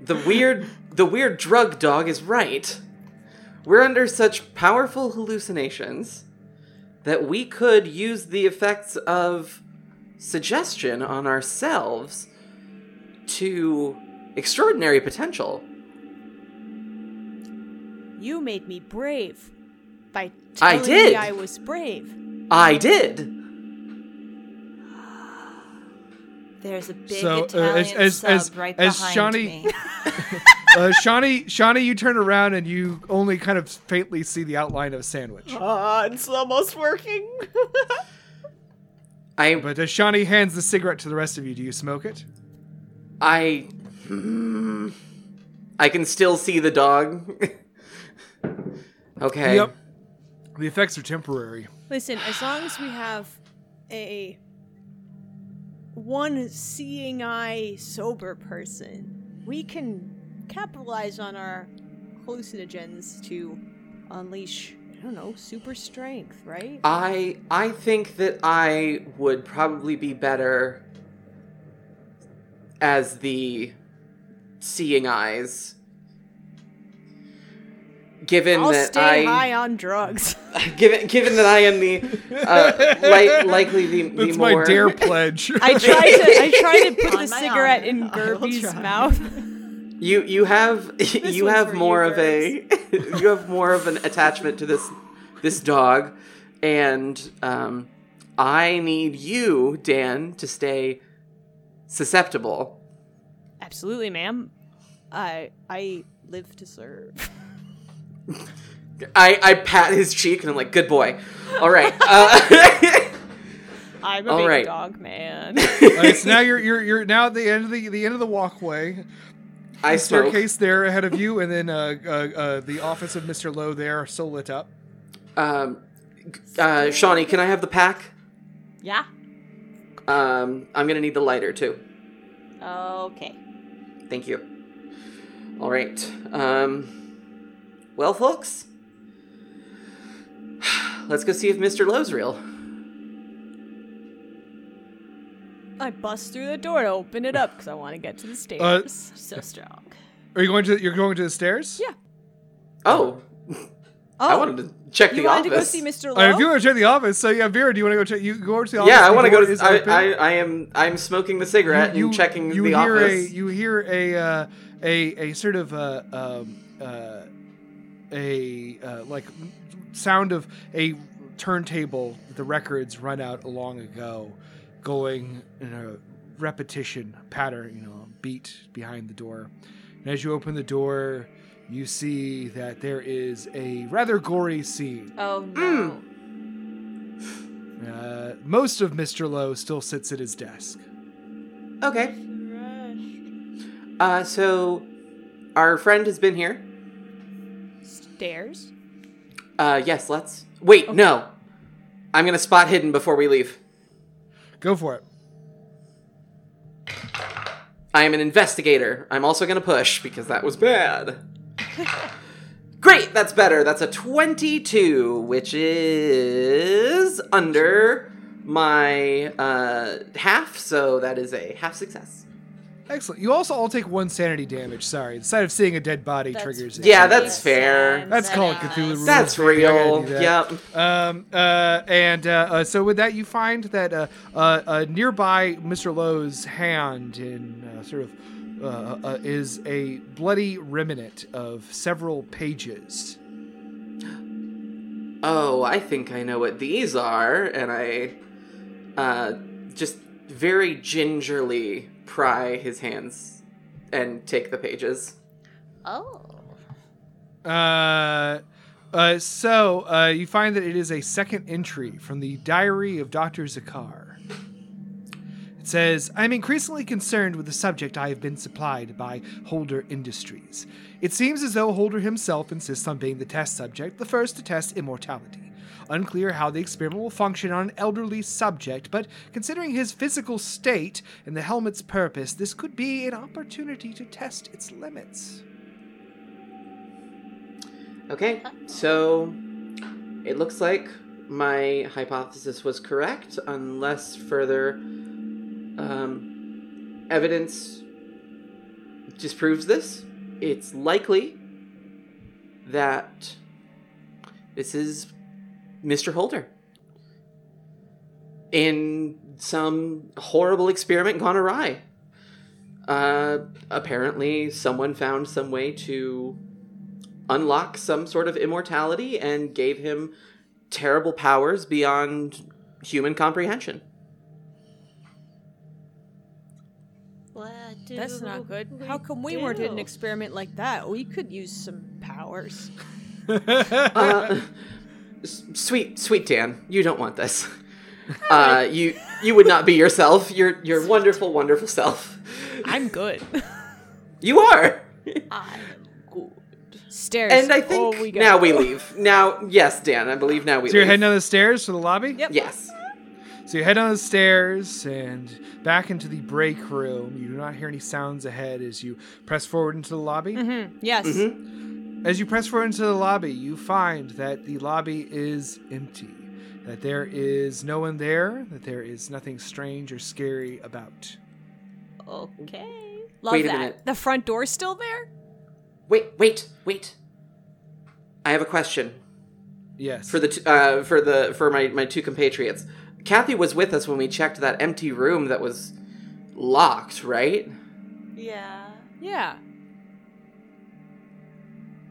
Speaker 2: The weird, the weird drug dog is right. We're under such powerful hallucinations that we could use the effects of suggestion on ourselves to extraordinary potential.
Speaker 3: You made me brave by
Speaker 2: I
Speaker 3: telling
Speaker 2: did.
Speaker 3: me I was brave.
Speaker 2: I did.
Speaker 5: There's a big
Speaker 1: So, uh, as-
Speaker 5: Italian
Speaker 1: as-
Speaker 5: sub
Speaker 1: as-
Speaker 5: right
Speaker 1: as
Speaker 5: behind
Speaker 1: Shawnee-
Speaker 5: me.
Speaker 1: Uh, Shawnee, Shawnee, you turn around and you only kind of faintly see the outline of a sandwich.
Speaker 4: Ah, it's almost working.
Speaker 2: I
Speaker 1: But as Shawnee hands the cigarette to the rest of you, do you smoke it?
Speaker 2: I. Hmm. I can still see the dog. okay.
Speaker 1: Yep. The effects are temporary.
Speaker 3: Listen, as long as we have a one seeing eye sober person, we can capitalize on our hallucinogens to unleash, I don't know, super strength, right?
Speaker 2: I I think that I would probably be better as the seeing eyes. Given
Speaker 3: I'll
Speaker 2: that
Speaker 3: stay
Speaker 2: I
Speaker 3: high on drugs.
Speaker 2: given given that I am the uh, li- likely the, the
Speaker 1: That's
Speaker 2: more
Speaker 1: my dare pledge.
Speaker 3: I tried to I tried to put
Speaker 5: On
Speaker 3: the
Speaker 5: my
Speaker 3: cigarette
Speaker 5: honor,
Speaker 3: in
Speaker 5: I will
Speaker 3: Gerby's
Speaker 5: try.
Speaker 3: mouth.
Speaker 2: You you have you
Speaker 3: one's
Speaker 2: have
Speaker 3: for
Speaker 2: more
Speaker 3: you,
Speaker 2: of a you have more of an attachment to this this dog, and um, I need you, Dan, to stay susceptible.
Speaker 3: Absolutely, ma'am. I I live to serve.
Speaker 2: I I pat his cheek and I'm like, good boy. All right. Uh,
Speaker 3: I'm a
Speaker 2: All
Speaker 3: big
Speaker 2: right.
Speaker 3: dog man.
Speaker 1: Alright, so now you're you're you're now at the end of the the end of the walkway.
Speaker 2: I smoke.
Speaker 1: Staircase there ahead of you, and then uh, uh, uh, the office of Mister Lowe there, so lit up.
Speaker 2: Um, uh, Shawnee, can I have the pack?
Speaker 5: yeah.
Speaker 2: Um, I'm gonna need the lighter too.
Speaker 5: Okay.
Speaker 2: Thank you. All right. Um, well, folks, let's go see if Mr. Lowe's real.
Speaker 3: I bust through the door to open it up because I want to get to the stairs.
Speaker 1: Uh,
Speaker 5: So strong.
Speaker 1: Are you going to you're going to the stairs?
Speaker 3: Yeah.
Speaker 2: Oh,
Speaker 1: Oh,
Speaker 2: I wanted to check
Speaker 3: you
Speaker 2: the
Speaker 3: wanted
Speaker 2: office.
Speaker 3: to go see Mr.
Speaker 1: All right, Uh, if you
Speaker 3: Lowe?
Speaker 1: want to check the office, so yeah, Vera, do you want to go check? You go to the office.
Speaker 2: yeah, I
Speaker 1: the
Speaker 2: want to
Speaker 1: door
Speaker 2: go to.
Speaker 1: is
Speaker 2: I,
Speaker 1: open.
Speaker 2: I, I am. I'm smoking the cigarette and checking
Speaker 1: you
Speaker 2: the
Speaker 1: hear
Speaker 2: office.
Speaker 1: A, you hear a uh, a a sort of uh, um, uh, a uh, like sound of a turntable. The records run out long ago, going in a repetition pattern. You know, beat behind the door. And as you open the door, you see that there is a rather gory scene.
Speaker 5: Oh no.
Speaker 4: Mm.
Speaker 1: Uh, most of Mister Lowe still sits at his desk.
Speaker 2: okay. Uh, so our friend has been here.
Speaker 3: Stairs?
Speaker 2: Uh, yes. Let's wait. No, I'm gonna spot hidden before we leave.
Speaker 1: Go for it.
Speaker 2: I am an investigator. I'm also going to push because that was bad. Great, that's better. That's a 22, which is under my uh, half, so that is a half success.
Speaker 1: Excellent. You also all take one sanity damage. Sorry, the sight of seeing a dead body triggers. it.
Speaker 2: Yeah, that's fair.
Speaker 1: that's called Cthulhu rules.
Speaker 2: That's
Speaker 1: baby. I gotta
Speaker 2: real.
Speaker 1: do that.
Speaker 2: Yep.
Speaker 1: Um. Uh. And uh, uh. So with that, you find that uh. Uh. uh nearby, Mr. Lowe's hand in uh, sort of. Uh, uh, is a bloody remnant of several pages.
Speaker 2: Oh, I think I know what these are, and I uh, just very gingerly pry his hands and take the pages.
Speaker 5: Oh.
Speaker 1: Uh, uh, so uh, you find that it is a second entry from the diary of Dr. Zakar. It says, I'm increasingly concerned with the subject I have been supplied by Holder Industries. It seems as though Holder himself insists on being the test subject, the first to test immortality. Unclear how the experiment will function on an elderly subject, but considering his physical state and the helmet's purpose, this could be an opportunity to test its limits.
Speaker 2: Okay, so it looks like my hypothesis was correct, unless further um, evidence disproves this. It's likely that this is Mr. Holder in some horrible experiment gone awry. Uh, apparently, someone found some way to unlock some sort of immortality and gave him terrible powers beyond human comprehension.
Speaker 5: What do
Speaker 7: That's not good. How come we weren't in an
Speaker 5: do?
Speaker 7: experiment like that? We could use some powers.
Speaker 2: Uh, s- sweet, sweet Dan, you don't want this. Uh, you you would not be yourself. Your your wonderful, wonderful self.
Speaker 7: I'm good.
Speaker 2: You are.
Speaker 7: Stairs.
Speaker 2: And I think
Speaker 7: oh, we got
Speaker 2: now we leave. Now, yes, Dan, I believe now we
Speaker 1: So you're
Speaker 2: leave.
Speaker 1: heading down the stairs to the lobby?
Speaker 7: Yep.
Speaker 2: yes.
Speaker 1: So you head down the stairs and back into the break room. You do not hear any sounds ahead as you press forward into the lobby.
Speaker 5: Mm-hmm.
Speaker 3: Mm-hmm.
Speaker 7: Yes.
Speaker 2: Mhm.
Speaker 1: As you press forward into the lobby, you find that the lobby is empty, that there is no one there, that there is nothing strange or scary about.
Speaker 5: Okay.
Speaker 3: Love
Speaker 2: Wait a
Speaker 3: that.
Speaker 2: minute.
Speaker 3: The front door's still there?
Speaker 2: Wait, wait, wait. I have a question
Speaker 1: Yes.
Speaker 2: for the t- uh, for the for my my two compatriots. Kathy was with us when we checked that empty room that was locked, right?
Speaker 5: Yeah.
Speaker 7: Yeah.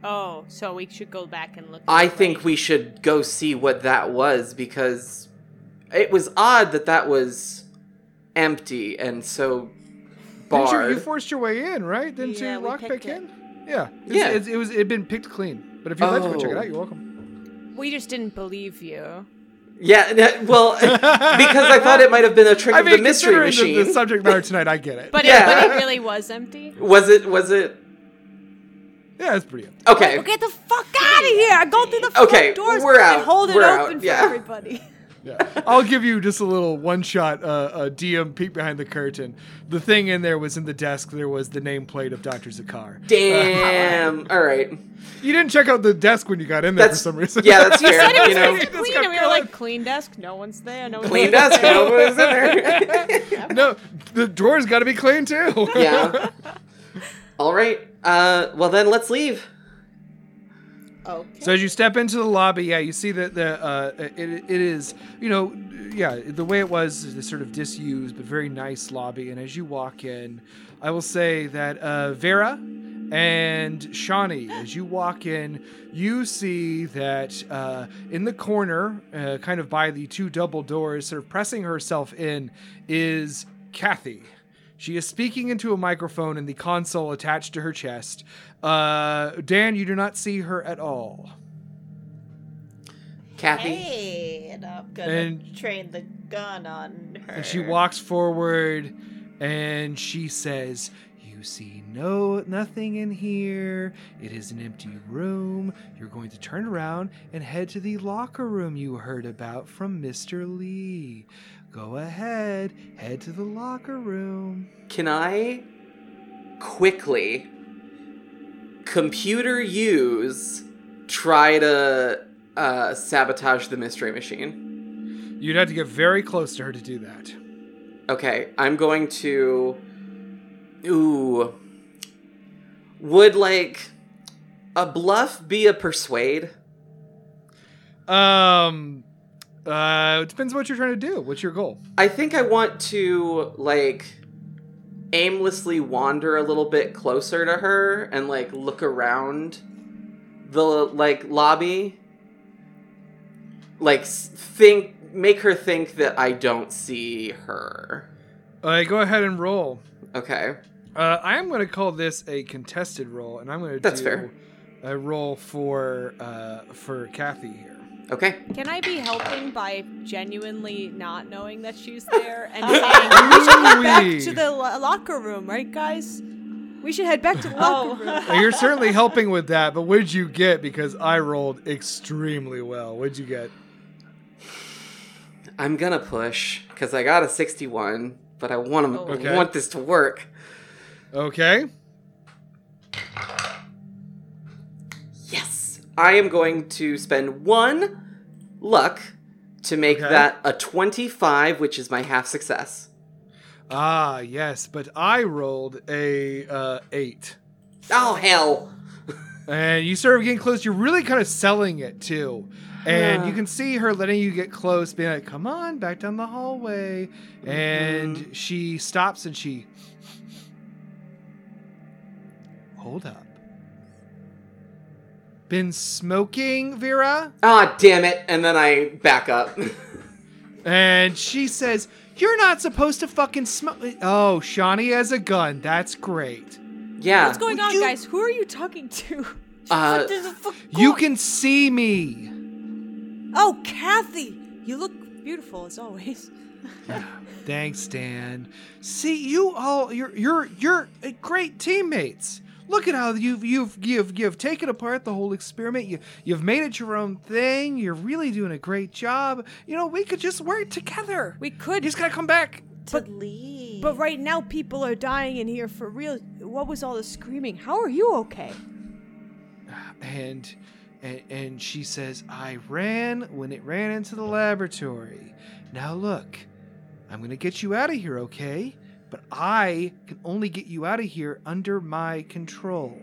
Speaker 7: Oh, so we should go back and look.
Speaker 2: I think we should go see what that was because it was odd that that was empty and so
Speaker 1: Didn't you,
Speaker 2: barred.
Speaker 1: you forced your way in, right? Didn't
Speaker 5: Yeah,
Speaker 1: you
Speaker 5: we
Speaker 1: lockpick
Speaker 5: picked it.
Speaker 1: in? Yeah. It's-
Speaker 2: Yeah.
Speaker 1: It's, it was. It had been picked clean. But if you'd like to go check it
Speaker 2: Oh.
Speaker 1: out, you're welcome.
Speaker 7: We just didn't believe you.
Speaker 2: yeah, n- well, because I thought it might have been a trick
Speaker 1: I
Speaker 2: of
Speaker 1: mean,
Speaker 2: the mystery
Speaker 1: considering the-
Speaker 2: machine.
Speaker 1: The, subject matter tonight, I get it.
Speaker 7: But,
Speaker 2: Yeah.
Speaker 7: it, but it really was empty.
Speaker 2: was it? Was it?
Speaker 1: yeah, it's pretty.
Speaker 2: Okay.
Speaker 3: Well, get the fuck out of here! I go through the front
Speaker 2: Okay,
Speaker 3: doors
Speaker 2: we're
Speaker 3: and
Speaker 2: out.
Speaker 3: hold it
Speaker 2: We're
Speaker 3: open
Speaker 2: out,
Speaker 3: for
Speaker 2: yeah.
Speaker 3: everybody.
Speaker 1: Yeah. I'll give you just a little one-shot uh, uh, DM peek behind the curtain. The thing in there was in the desk. There was the nameplate of Doctor Zakar.
Speaker 2: Damn. All right.
Speaker 1: You didn't check out the desk when you got in there
Speaker 2: That's
Speaker 1: for some reason.
Speaker 2: Yeah, that's fair.
Speaker 7: Said it was
Speaker 2: you know,
Speaker 7: pretty clean,
Speaker 1: kept
Speaker 7: and we were like, clean desk, no one's there, no one's
Speaker 2: clean
Speaker 7: there.
Speaker 2: desk. No one was in there.
Speaker 1: no, the drawer's got to be clean too.
Speaker 2: yeah. All right. Uh, well then, let's leave.
Speaker 5: Okay.
Speaker 1: So as you step into the lobby, yeah, you see that the uh, it, it is you know yeah the way it was is this sort of disused but very nice lobby. And as you walk in, I will say that uh, Vera and Shawnee, as you walk in, you see that uh, in the corner, uh, kind of by the two double doors, sort of pressing herself in, is Kathy. She is speaking into a microphone in the console attached to her chest. Uh, Dan, you do not see her at all.
Speaker 2: Kathy.
Speaker 5: Hey, and I'm gonna
Speaker 1: And-
Speaker 5: train the gun on her.
Speaker 1: And she walks forward and she says, You see no nothing in here. It is an empty room. You're going to turn around and head to the locker room you heard about from Mr. Lee. Go ahead, head to the locker room.
Speaker 2: Can I quickly computer use try to uh, sabotage the mystery machine?
Speaker 1: You'd have to get very close to her to do that.
Speaker 2: Okay, I'm going to. Ooh. Would like a bluff be a persuade?
Speaker 1: Um, uh, it depends what you're trying to do. What's your goal?
Speaker 2: I think I want to like aimlessly wander a little bit closer to her and like look around the like lobby. Like s- think make her think that I don't see her.
Speaker 1: Uh, go ahead and roll.
Speaker 2: Okay.
Speaker 1: Uh, I'm going to call this a contested roll, and I'm going to
Speaker 2: That's
Speaker 1: do
Speaker 2: fair.
Speaker 1: a roll for uh, for Kathy here.
Speaker 2: Okay.
Speaker 3: Can I be helping by genuinely not knowing that she's there and saying, "We should head back to
Speaker 1: Ooh-wee.
Speaker 3: the lo- locker room, right, guys? We should head back to the locker room."
Speaker 1: Now, You're certainly helping with that, but what'd you get? Because I rolled extremely well. What'd you get?
Speaker 2: I'm gonna push because I got a 61, but I want to
Speaker 1: Okay.
Speaker 2: want this to work.
Speaker 1: Okay.
Speaker 2: Yes, I am going to spend one luck to make
Speaker 1: Okay.
Speaker 2: that a 25, which is my half success.
Speaker 1: Ah, yes, but I rolled a uh, eight,
Speaker 2: Oh hell!
Speaker 1: and you sort of getting close. You're really kind of selling it too, and
Speaker 2: Yeah.
Speaker 1: you can see her letting you get close, being like, "Come on, back down the hallway," and she stops and she hold up. Been smoking, Vera?
Speaker 2: Ah, damn it! And then I back up.
Speaker 1: And she says, You're not supposed to fucking smoke. Oh, Shawnee has a gun. That's great.
Speaker 2: yeah.
Speaker 3: What's going on,
Speaker 6: You-
Speaker 3: guys? Who are you talking to?
Speaker 2: Uh,
Speaker 1: You can see me.
Speaker 3: Oh, Kathy, you look beautiful as always.
Speaker 1: Thanks, Dan. See, you all, you're you're you're uh, great teammates. Look at how you've you've you've you've taken apart the whole experiment. You you've made it your own thing. You're really doing a great job. You know, we could just work together.
Speaker 3: We could,
Speaker 1: He's gonna come back.
Speaker 5: To leave.
Speaker 7: But right now, people are dying in here for real. What was all the screaming? How are you okay?
Speaker 1: and and, and she says, "I ran when it ran into the laboratory. Now look, I'm going to get you out of here, okay? But I can only get you out of here under my control.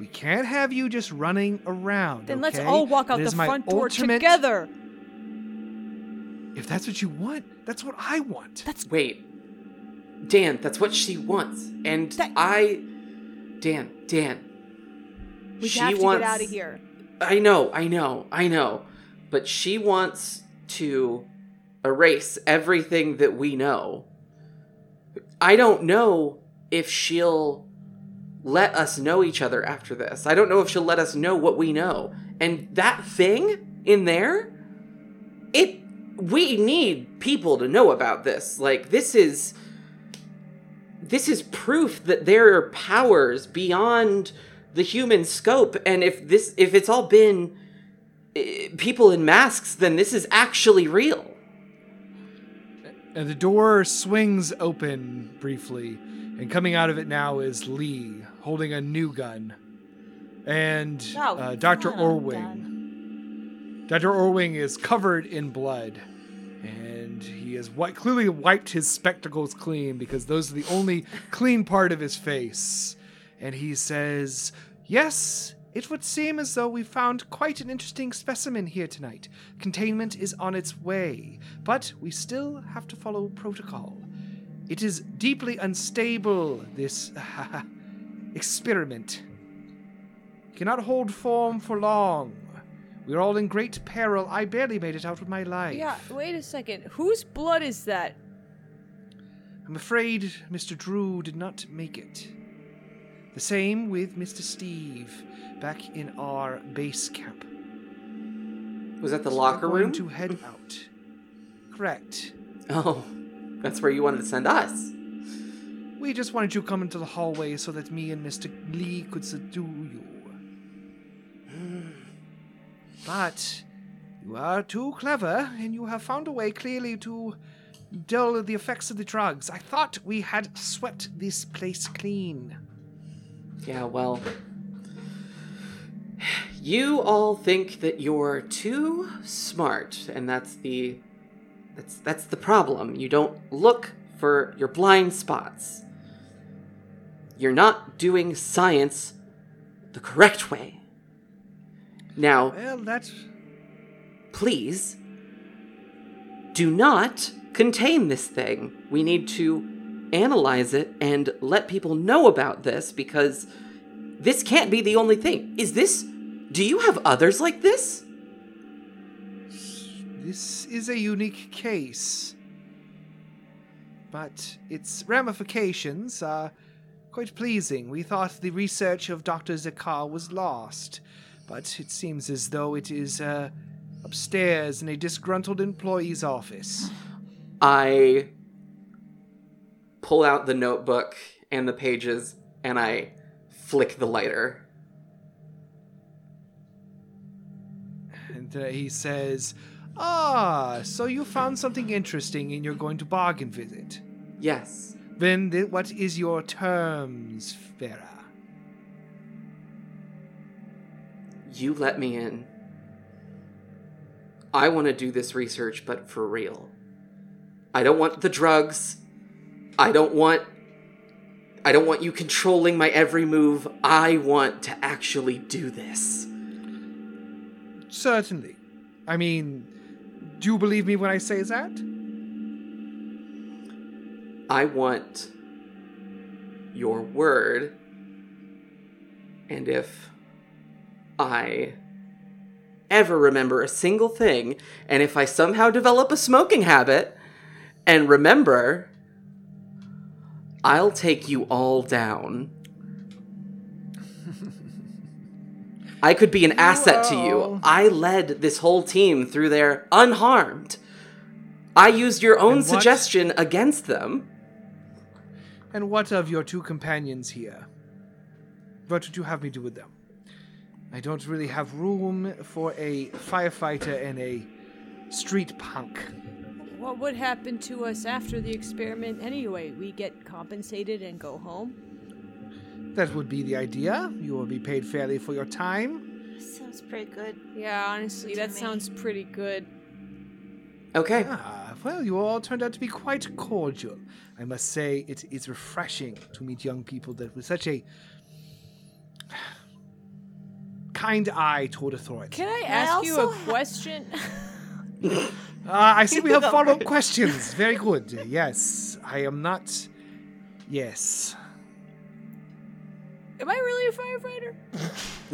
Speaker 1: We can't have you just running around.
Speaker 7: Then let's
Speaker 1: okay?
Speaker 7: all walk out
Speaker 1: It
Speaker 7: the
Speaker 1: is my
Speaker 7: front door
Speaker 1: ultimate-
Speaker 7: together.
Speaker 1: If that's what you want, that's what I want.
Speaker 2: Wait. Dan, that's what she wants. And
Speaker 7: That-
Speaker 2: I. Dan, Dan.
Speaker 7: We have to get out of here.
Speaker 2: I know, I know, I know. But she wants to erase everything that we know. I don't know if she'll let us know each other after this. I don't know if she'll let us know what we know. And that thing in there, it we need people to know about this. Like this is this is proof that there are powers beyond the human scope and if this if it's all been eh, people in masks then this is actually real
Speaker 1: And the door swings open briefly, and coming out of it now is Lee holding a new gun, and
Speaker 4: No,
Speaker 1: uh, Doctor
Speaker 4: not a
Speaker 1: Orwing. Doctor Orwing is covered in blood, and he has wi- clearly wiped his spectacles clean because those are the only clean part of his face. And he says, "Yes." It would seem as though we found quite an interesting specimen here tonight. Containment is on its way, but we still have to follow protocol. It is deeply unstable, this experiment. Cannot hold form for long. We're all in great peril. I barely made it out with my life.
Speaker 7: Yeah, wait a second. Whose blood is that?
Speaker 1: I'm afraid Mr. Drew did not make it. The same with Mr. Steve, back in our base camp.
Speaker 2: was that the
Speaker 1: So we're
Speaker 2: locker
Speaker 1: going
Speaker 2: room
Speaker 1: to head out. Correct.
Speaker 2: oh that's where you wanted to send us
Speaker 1: We just wanted you to come into the hallway so that me and Mr. Lee could subdue you. But you are too clever, and you have found a way clearly to dull the effects of the drugs. I thought we had swept this place clean.
Speaker 2: yeah well you all think that you're too smart and that's the that's that's the problem you don't look for your blind spots you're not doing science the correct way now
Speaker 1: Well, that
Speaker 2: please do not contain this thing. We need to analyze it and let people know about this because this can't be the only thing. Is this do you have others like this?
Speaker 1: this is a unique case, but its ramifications are Quite pleasing. We thought the research of Dr. Zakar was lost, but it seems as though it is uh, upstairs in a disgruntled employee's office.
Speaker 2: I pull out the notebook and the pages and I flick the lighter.
Speaker 1: And uh, he says, Ah, so you found something interesting and you're going to bargain with it.
Speaker 2: Yes.
Speaker 1: Then th- what is your terms, Vera?
Speaker 2: You let me in. I want to do this research, but for real. I don't want the drugs. I don't want. I don't want you controlling my every move. I want to actually do this.
Speaker 1: Certainly. I mean, do you believe me when I say that?
Speaker 2: I want your word. And if I ever remember a single thing, and if I somehow develop a smoking habit and remember, I'll take you all down. I could be an asset to you.
Speaker 1: Well-
Speaker 2: I led this whole team through there unharmed. I used your own
Speaker 1: And what-
Speaker 2: suggestion against them.
Speaker 1: And what of your two companions here? What would you have me do with them? I don't really have room for a firefighter and a street punk.
Speaker 3: What would happen to us after the experiment anyway? We get compensated and go home?
Speaker 1: That would be the idea. You will be paid fairly for your time.
Speaker 5: Sounds pretty good.
Speaker 3: Yeah, honestly,
Speaker 5: To
Speaker 3: that
Speaker 5: me.
Speaker 3: sounds pretty good.
Speaker 2: Okay.
Speaker 1: Ah, well, you all turned out to be quite cordial. I must say, it is refreshing to meet young people that with such a kind eye toward authority.
Speaker 3: Can I
Speaker 5: I
Speaker 3: ask you a
Speaker 5: also ha-
Speaker 3: question?
Speaker 1: Ah, I see we have follow up questions. Very good. Yes. I am not. Yes.
Speaker 3: Am I really a firefighter?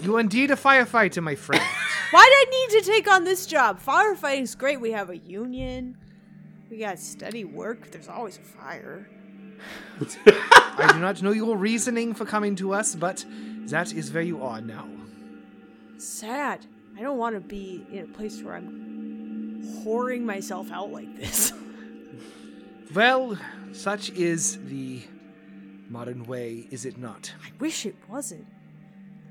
Speaker 1: You are indeed a firefighter, my friend.
Speaker 3: Why did I need to take on this job? Firefighting's great. We have a union. We got steady work. There's always a fire.
Speaker 1: I do not know your reasoning for coming to us, but that is where you are now.
Speaker 3: Sad. I don't want to be in a place where I'm whoring myself out like this.
Speaker 1: Well, such is the modern way, is it not?
Speaker 3: I wish it wasn't.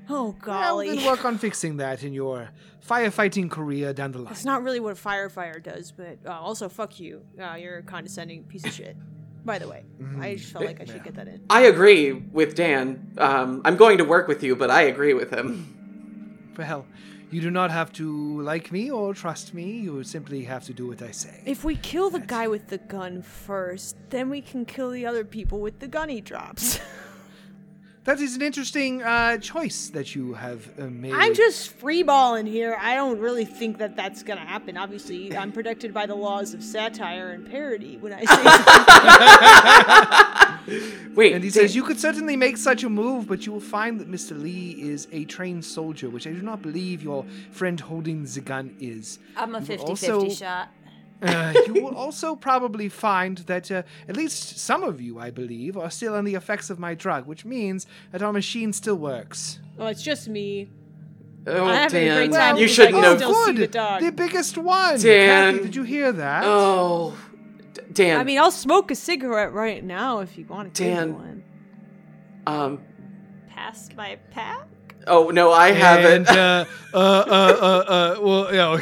Speaker 3: Oh
Speaker 1: Well,
Speaker 3: golly.
Speaker 1: then work on fixing that in your firefighting career down the line.
Speaker 3: That's not really what a firefighter does, but uh, also fuck you. Uh, you're a condescending piece of shit. By the way,
Speaker 1: Mm-hmm.
Speaker 3: I just felt like I should get that in.
Speaker 2: I agree with Dan. Um, I'm going to work with you, but I agree with him.
Speaker 1: Well, you do not have to like me or trust me. You simply have to do what I say.
Speaker 3: If we kill the guy with the gun first, then we can kill the other people with the gun he drops.
Speaker 1: That is an interesting uh, choice that you have uh, made.
Speaker 3: I'm just freeballing here. I don't really think that that's gonna happen. Obviously, I'm protected by the laws of satire and parody when I say
Speaker 2: Wait.
Speaker 1: And he
Speaker 2: Dan-
Speaker 1: says, You could certainly make such a move, but you will find that Mr. Lee is a trained soldier, which I do not believe your friend holding the gun is.
Speaker 5: I'm a
Speaker 1: You
Speaker 5: 50
Speaker 1: also-
Speaker 5: 50 shot.
Speaker 1: Uh, you will also probably find that uh, at least some of you, I believe, are still on the effects of my drug, which means that our machine still works.
Speaker 3: "Oh, it's just me."
Speaker 2: oh,
Speaker 3: I having a
Speaker 2: Dan,
Speaker 3: great time
Speaker 2: you
Speaker 3: with
Speaker 2: should
Speaker 3: my
Speaker 2: know.
Speaker 3: still see the dog.
Speaker 1: biggest one!
Speaker 2: Dan.
Speaker 1: Kathy, did you hear that?
Speaker 2: Oh, D- Dan.
Speaker 3: I mean, I'll smoke a cigarette right now if you want to.
Speaker 2: Dan.
Speaker 3: one.
Speaker 2: um.
Speaker 5: Past my pack?
Speaker 2: Oh no, I
Speaker 1: and,
Speaker 2: haven't.
Speaker 1: uh, uh, uh, uh, uh, well, you, know,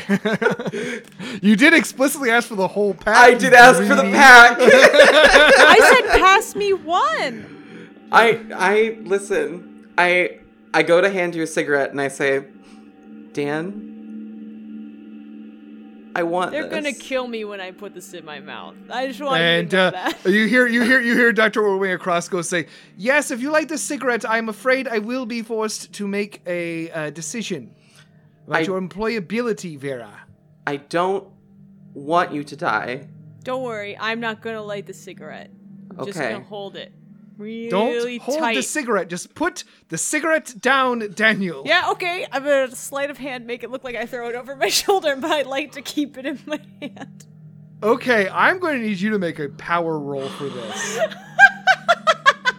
Speaker 1: you did explicitly ask for the whole pack.
Speaker 2: I did ask for the
Speaker 1: greedy.
Speaker 2: pack.
Speaker 3: I said, "Pass me one."
Speaker 2: I I listen. I I go to hand you a cigarette and I say, Dan, I want.
Speaker 3: They're gonna
Speaker 2: this."
Speaker 3: kill me when I put this in my mouth. I just want
Speaker 1: And
Speaker 3: to know
Speaker 1: uh,
Speaker 3: that.
Speaker 1: you hear, you hear, you hear Dr. Orway across go say, "Yes, if you light this cigarette, I'm afraid I will be forced to make a uh, decision about
Speaker 2: I-
Speaker 1: your employability, Vera."
Speaker 2: I don't want you to die.
Speaker 3: Don't worry, I'm not gonna light the cigarette. I'm just
Speaker 2: Okay.
Speaker 3: gonna hold it really
Speaker 1: Don't hold
Speaker 3: tight.
Speaker 1: the cigarette. Just put the cigarette down, Daniel.
Speaker 3: yeah, okay. I'm gonna sleight of hand make it look like I throw it over my shoulder, but I'd like to keep it in my hand.
Speaker 1: Okay, I'm going to need you to make a power roll for this.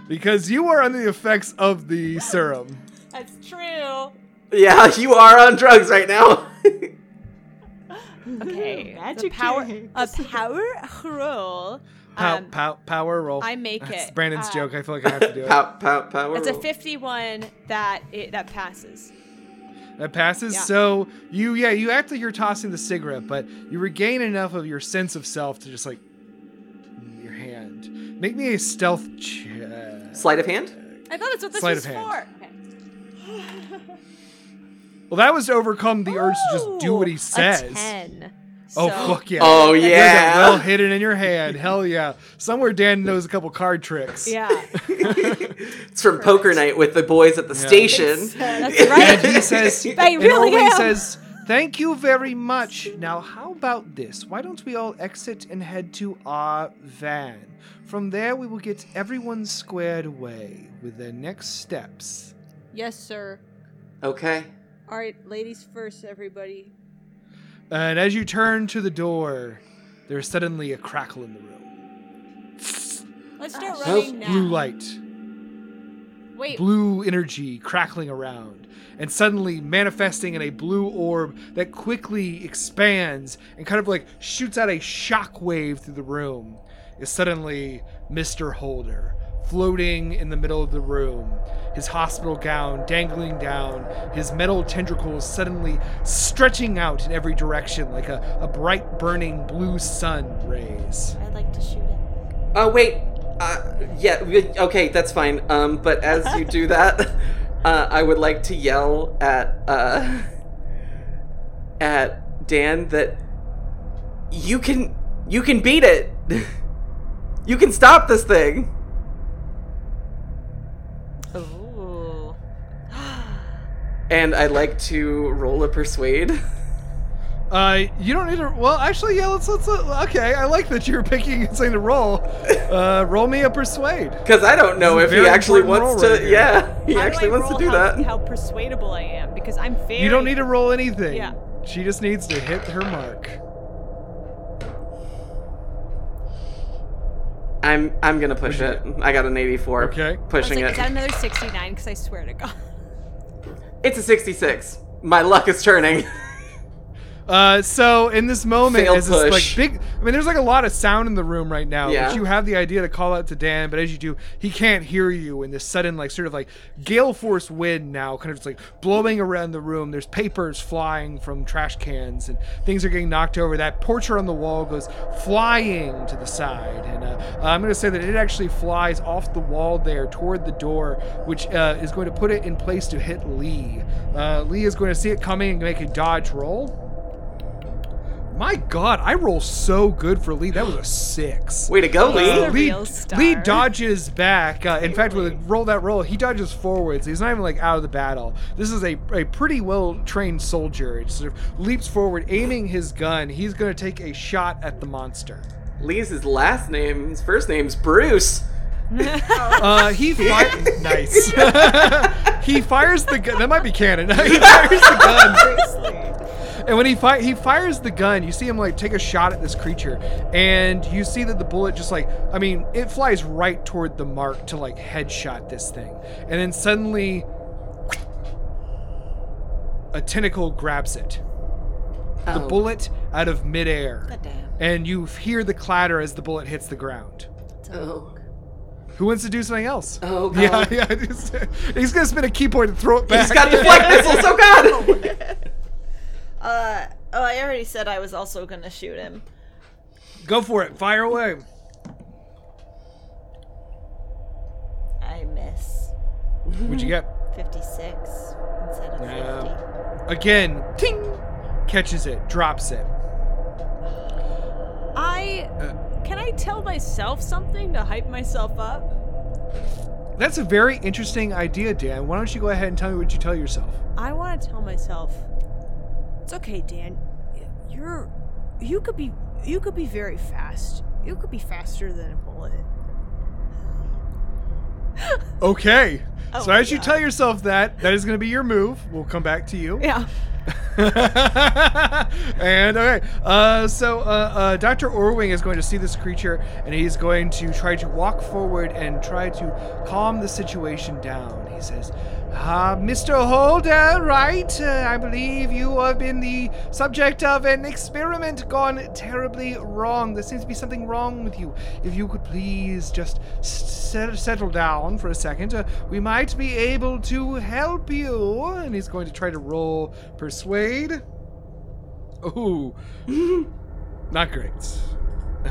Speaker 1: because you are under the effects of the
Speaker 3: Um,
Speaker 1: serum.
Speaker 3: That's true.
Speaker 2: Yeah, you are on drugs right now.
Speaker 3: Okay, magic power a power roll.
Speaker 1: Pow,
Speaker 3: Um,
Speaker 1: pow, power roll.
Speaker 3: I make
Speaker 1: That's
Speaker 3: it.
Speaker 1: Brandon's
Speaker 3: Uh,
Speaker 1: joke. I feel like I have to do it.
Speaker 2: pow, pow, power
Speaker 3: That's a
Speaker 2: roll.
Speaker 3: fifty-one that it that passes.
Speaker 1: That passes.
Speaker 3: Yeah.
Speaker 1: So you, yeah, you act like you're tossing the cigarette, but you regain enough of your sense of self to just like move your hand. Make me a stealth check.
Speaker 2: Sleight of hand?
Speaker 3: I thought that's what this
Speaker 1: Sleight
Speaker 3: was
Speaker 1: of
Speaker 3: for.
Speaker 1: hand.
Speaker 3: Okay.
Speaker 1: Well, that was to overcome the urge to just do what he
Speaker 3: Ooh, A
Speaker 1: says.
Speaker 3: ten.
Speaker 1: Oh
Speaker 3: So-
Speaker 1: fuck yeah!
Speaker 2: Oh,
Speaker 1: You guys are
Speaker 2: yeah.
Speaker 1: well hidden in your hand. Hell yeah! Somewhere Dan knows a couple card tricks.
Speaker 3: Yeah.
Speaker 2: It's from poker night with the boys at the
Speaker 1: Yeah.
Speaker 2: station.
Speaker 3: That's
Speaker 1: And
Speaker 3: right.
Speaker 1: he says,
Speaker 3: I
Speaker 1: and
Speaker 3: really
Speaker 1: Orwin
Speaker 3: am.
Speaker 1: says, "Thank you very much. Now, how about this? Why don't we all exit and head to our van? From there, we will get everyone squared away with their next steps."
Speaker 7: Yes, sir.
Speaker 2: Okay.
Speaker 7: All right, ladies first, everybody.
Speaker 1: And as you turn to the door, there's suddenly a crackle in the room.
Speaker 3: Let's start
Speaker 2: Nope.
Speaker 3: running now.
Speaker 1: Blue light.
Speaker 3: Wait.
Speaker 1: blue energy crackling around and suddenly manifesting in a blue orb that quickly expands and kind of like shoots out a shockwave through the room is suddenly Mr. Holder floating in the middle of the room his hospital gown dangling down his metal tendricles suddenly stretching out in every direction like a, a bright burning blue sun rays
Speaker 5: I'd like to shoot him.
Speaker 2: Oh, wait. Uh, yeah, we- okay, that's fine. Um, but as you do that, uh, I would like to yell at, uh, at Dan that you can, you can beat it. you can stop this thing.
Speaker 4: Ooh.
Speaker 2: And I'd like to roll a persuade.
Speaker 1: Uh, you don't need to. Well, actually, yeah. Let's let's. uh, okay, I like that you're picking and saying to roll. Uh, roll me a persuade.
Speaker 2: Because I don't know
Speaker 1: This
Speaker 2: if
Speaker 1: is
Speaker 2: he
Speaker 1: very
Speaker 2: actually
Speaker 1: important
Speaker 2: wants
Speaker 1: role
Speaker 2: to.
Speaker 1: right here.
Speaker 2: yeah, he
Speaker 3: How do
Speaker 2: actually
Speaker 3: I
Speaker 2: wants to
Speaker 3: roll
Speaker 2: do
Speaker 3: how,
Speaker 2: that.
Speaker 3: How persuadable I am because I'm very.
Speaker 1: You don't need to roll anything.
Speaker 3: Yeah.
Speaker 1: She just needs to hit her mark.
Speaker 2: I'm I'm gonna push
Speaker 1: Would
Speaker 2: it. I got an 84.
Speaker 1: Okay.
Speaker 3: I was
Speaker 2: pushing
Speaker 3: like,
Speaker 2: it.
Speaker 3: is that another sixty-nine? Because I swear to God.
Speaker 2: It's a 66. My luck is turning.
Speaker 1: Uh, so in this moment,
Speaker 2: Fail
Speaker 1: as this like
Speaker 2: push.
Speaker 1: big, I mean, there's like a lot of sound in the room right now.
Speaker 2: Yeah.
Speaker 1: But you have the idea to call out to Dan, but as you do, he can't hear you. And this sudden, like, sort of like gale force wind now, kind of just like blowing around the room. There's papers flying from trash cans, and things are getting knocked over. That portrait on the wall goes flying to the side, and uh, I'm going to say that it actually flies off the wall there toward the door, which uh, is going to put it in place to hit Lee. Uh, Lee is going to see it coming and make a dodge roll. My God, I roll so good for Lee. That was a six.
Speaker 2: Way to go,
Speaker 3: the
Speaker 2: Lee.
Speaker 1: Lee,
Speaker 3: real star.
Speaker 1: Lee dodges back. Uh, in fact, with a roll that roll, he dodges forwards. He's not even like out of the battle. This is a, a pretty well trained soldier. He sort of leaps forward, aiming his gun. He's going to take a shot at the monster.
Speaker 2: Lee's his last name. His first name's Bruce.
Speaker 1: Uh, he fires. nice. he fires the gun. That might be canon. he fires the gun. And when he fi- he fires the gun, you see him like take a shot at this creature, and you see that the bullet just like I mean, it flies right toward the mark to like headshot this thing, and then suddenly a tentacle grabs it, the
Speaker 2: Oh.
Speaker 1: bullet out of midair,
Speaker 5: damn.
Speaker 1: and you hear the clatter as the bullet hits the ground.
Speaker 2: Oh.
Speaker 1: Who wants to do something else?
Speaker 2: Oh, God.
Speaker 1: Yeah, yeah. He's, he's gonna spin a keyboard and throw it back.
Speaker 2: He's got deflect missiles. Oh God.
Speaker 4: Uh, oh, I already said I was also gonna shoot him.
Speaker 1: Go for it. Fire away.
Speaker 4: I miss
Speaker 1: What'd you get?
Speaker 4: 56 instead of 50.
Speaker 1: Again, ting. Catches it. Drops it.
Speaker 3: I
Speaker 1: Uh.
Speaker 3: can I tell myself something to hype myself up?
Speaker 1: That's a very interesting idea, Dan. Why don't you go ahead and tell me what you tell yourself?
Speaker 7: I want to tell myself it's okay, Dan. You're you could be you could be very fast. You could be faster than a bullet.
Speaker 1: Okay. so as you tell yourself that, that is gonna be your move. We'll come back to you.
Speaker 7: Yeah.
Speaker 1: and all right, uh, so uh, uh, Doctor Orwing is going to see this creature, and he's going to try to walk forward and try to calm the situation down. He says, "Ah, Mr. Holder, right? Uh, I believe you have been the subject of an experiment gone terribly wrong. There seems to be something wrong with you. If you could please just set- settle down for a second, uh, we might be able to help you." And he's going to try to roll persuade. Ooh, not great. Uh,